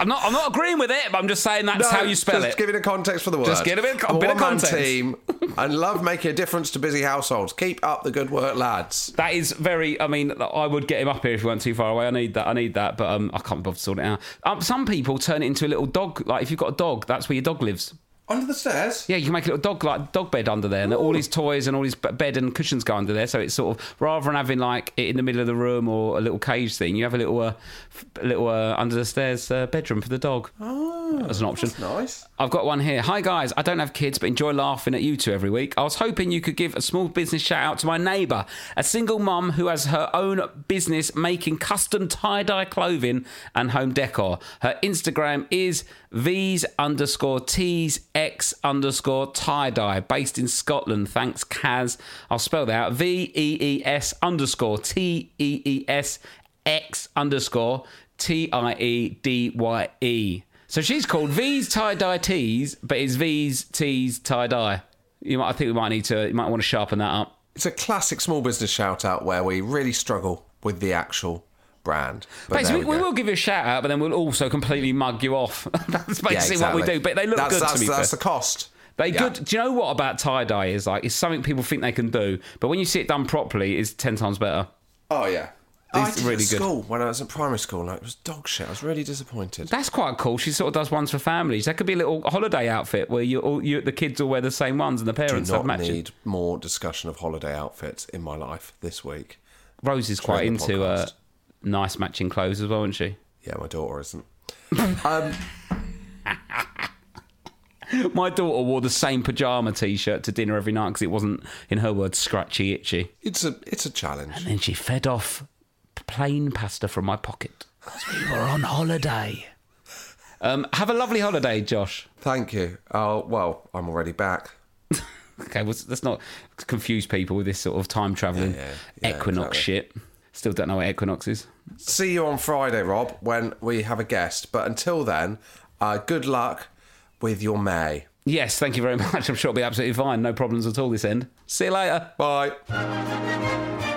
Speaker 2: I'm not. I'm not agreeing with it, but I'm just saying that's
Speaker 3: No,
Speaker 2: how you spell
Speaker 3: just
Speaker 2: it.
Speaker 3: Give it a context for the word.
Speaker 2: Just give it a co-
Speaker 3: I'm
Speaker 2: bit of
Speaker 3: one-man
Speaker 2: context.
Speaker 3: team and love making a difference to busy households. Keep up the good work, lads.
Speaker 2: That is very. I mean, I would get him up here if he weren't too far away. I need that. I need that. But um, I can't bother to sort it out. Um, some people turn it into a little dog. Like if you've got a dog, that's where your dog lives.
Speaker 3: Under the stairs.
Speaker 2: Yeah, you can make a little dog like dog bed under there, and all his toys and all his b- bed and cushions go under there. So it's sort of rather than having like it in the middle of the room or a little cage thing, you have a little uh, f- a little uh, under the stairs uh, bedroom for the dog. as an option.
Speaker 3: Nice.
Speaker 2: I've got one here. Hi guys, I don't have kids, but enjoy laughing at you two every week. I was hoping you could give a small business shout out to my neighbour, a single mum who has her own business making custom tie dye clothing and home decor. Her Instagram is V's underscore T's X underscore tie dye, based in Scotland. Thanks, Kaz. I'll spell that out V E E S underscore T E E S X underscore T I E D Y E. So she's called V's tie dye tees, but it's V's tees tie dye. You might, I think we might need to, you might want to sharpen that up.
Speaker 3: It's a classic small business shout out where we really struggle with the actual brand. But
Speaker 2: Basically,
Speaker 3: there
Speaker 2: we,
Speaker 3: we
Speaker 2: we
Speaker 3: go.
Speaker 2: will give you a shout out, but then we'll also completely mug you off. that's basically
Speaker 3: Yeah,
Speaker 2: what we
Speaker 3: exactly.
Speaker 2: do. But they look
Speaker 3: that's,
Speaker 2: good
Speaker 3: that's,
Speaker 2: to me.
Speaker 3: That's the cost.
Speaker 2: They
Speaker 3: Yeah.
Speaker 2: good. Do you know what about tie dye is like? It's something people think they can do, but when you see it done properly, it's ten times better.
Speaker 3: Oh yeah. I
Speaker 2: These
Speaker 3: did
Speaker 2: are really
Speaker 3: at
Speaker 2: good.
Speaker 3: school when I was at primary school, and it was dog shit. I was really disappointed.
Speaker 2: That's quite cool. She sort of does ones for families. That could be a little holiday outfit where you all you the kids all wear the same ones and the
Speaker 3: Do
Speaker 2: parents have
Speaker 3: not
Speaker 2: matching.
Speaker 3: need more discussion of holiday outfits in my life this week.
Speaker 2: Rose is quite
Speaker 3: During the
Speaker 2: into uh,
Speaker 3: podcast.
Speaker 2: nice matching clothes as well, isn't she?
Speaker 3: Yeah, my daughter isn't. Um,
Speaker 2: My daughter wore the same pajama t-shirt to dinner every night because it wasn't, in her words, scratchy itchy.
Speaker 3: It's a it's a challenge.
Speaker 2: Then she fed off plain pasta from my pocket. 'Cause We were on holiday. Um, have a lovely holiday, Josh.
Speaker 3: Thank you. Oh well, I'm already back.
Speaker 2: Okay, well, let's not confuse people with this sort of time traveling
Speaker 3: Yeah, yeah, yeah,
Speaker 2: equinox
Speaker 3: exactly.
Speaker 2: shit. Still don't know what equinox is.
Speaker 3: See you on Friday, Rob, when we have a guest. But until then, uh, good luck with your May.
Speaker 2: Yes, thank you very much. I'm sure it'll be absolutely fine. No problems at all this end. See you later.
Speaker 3: Bye.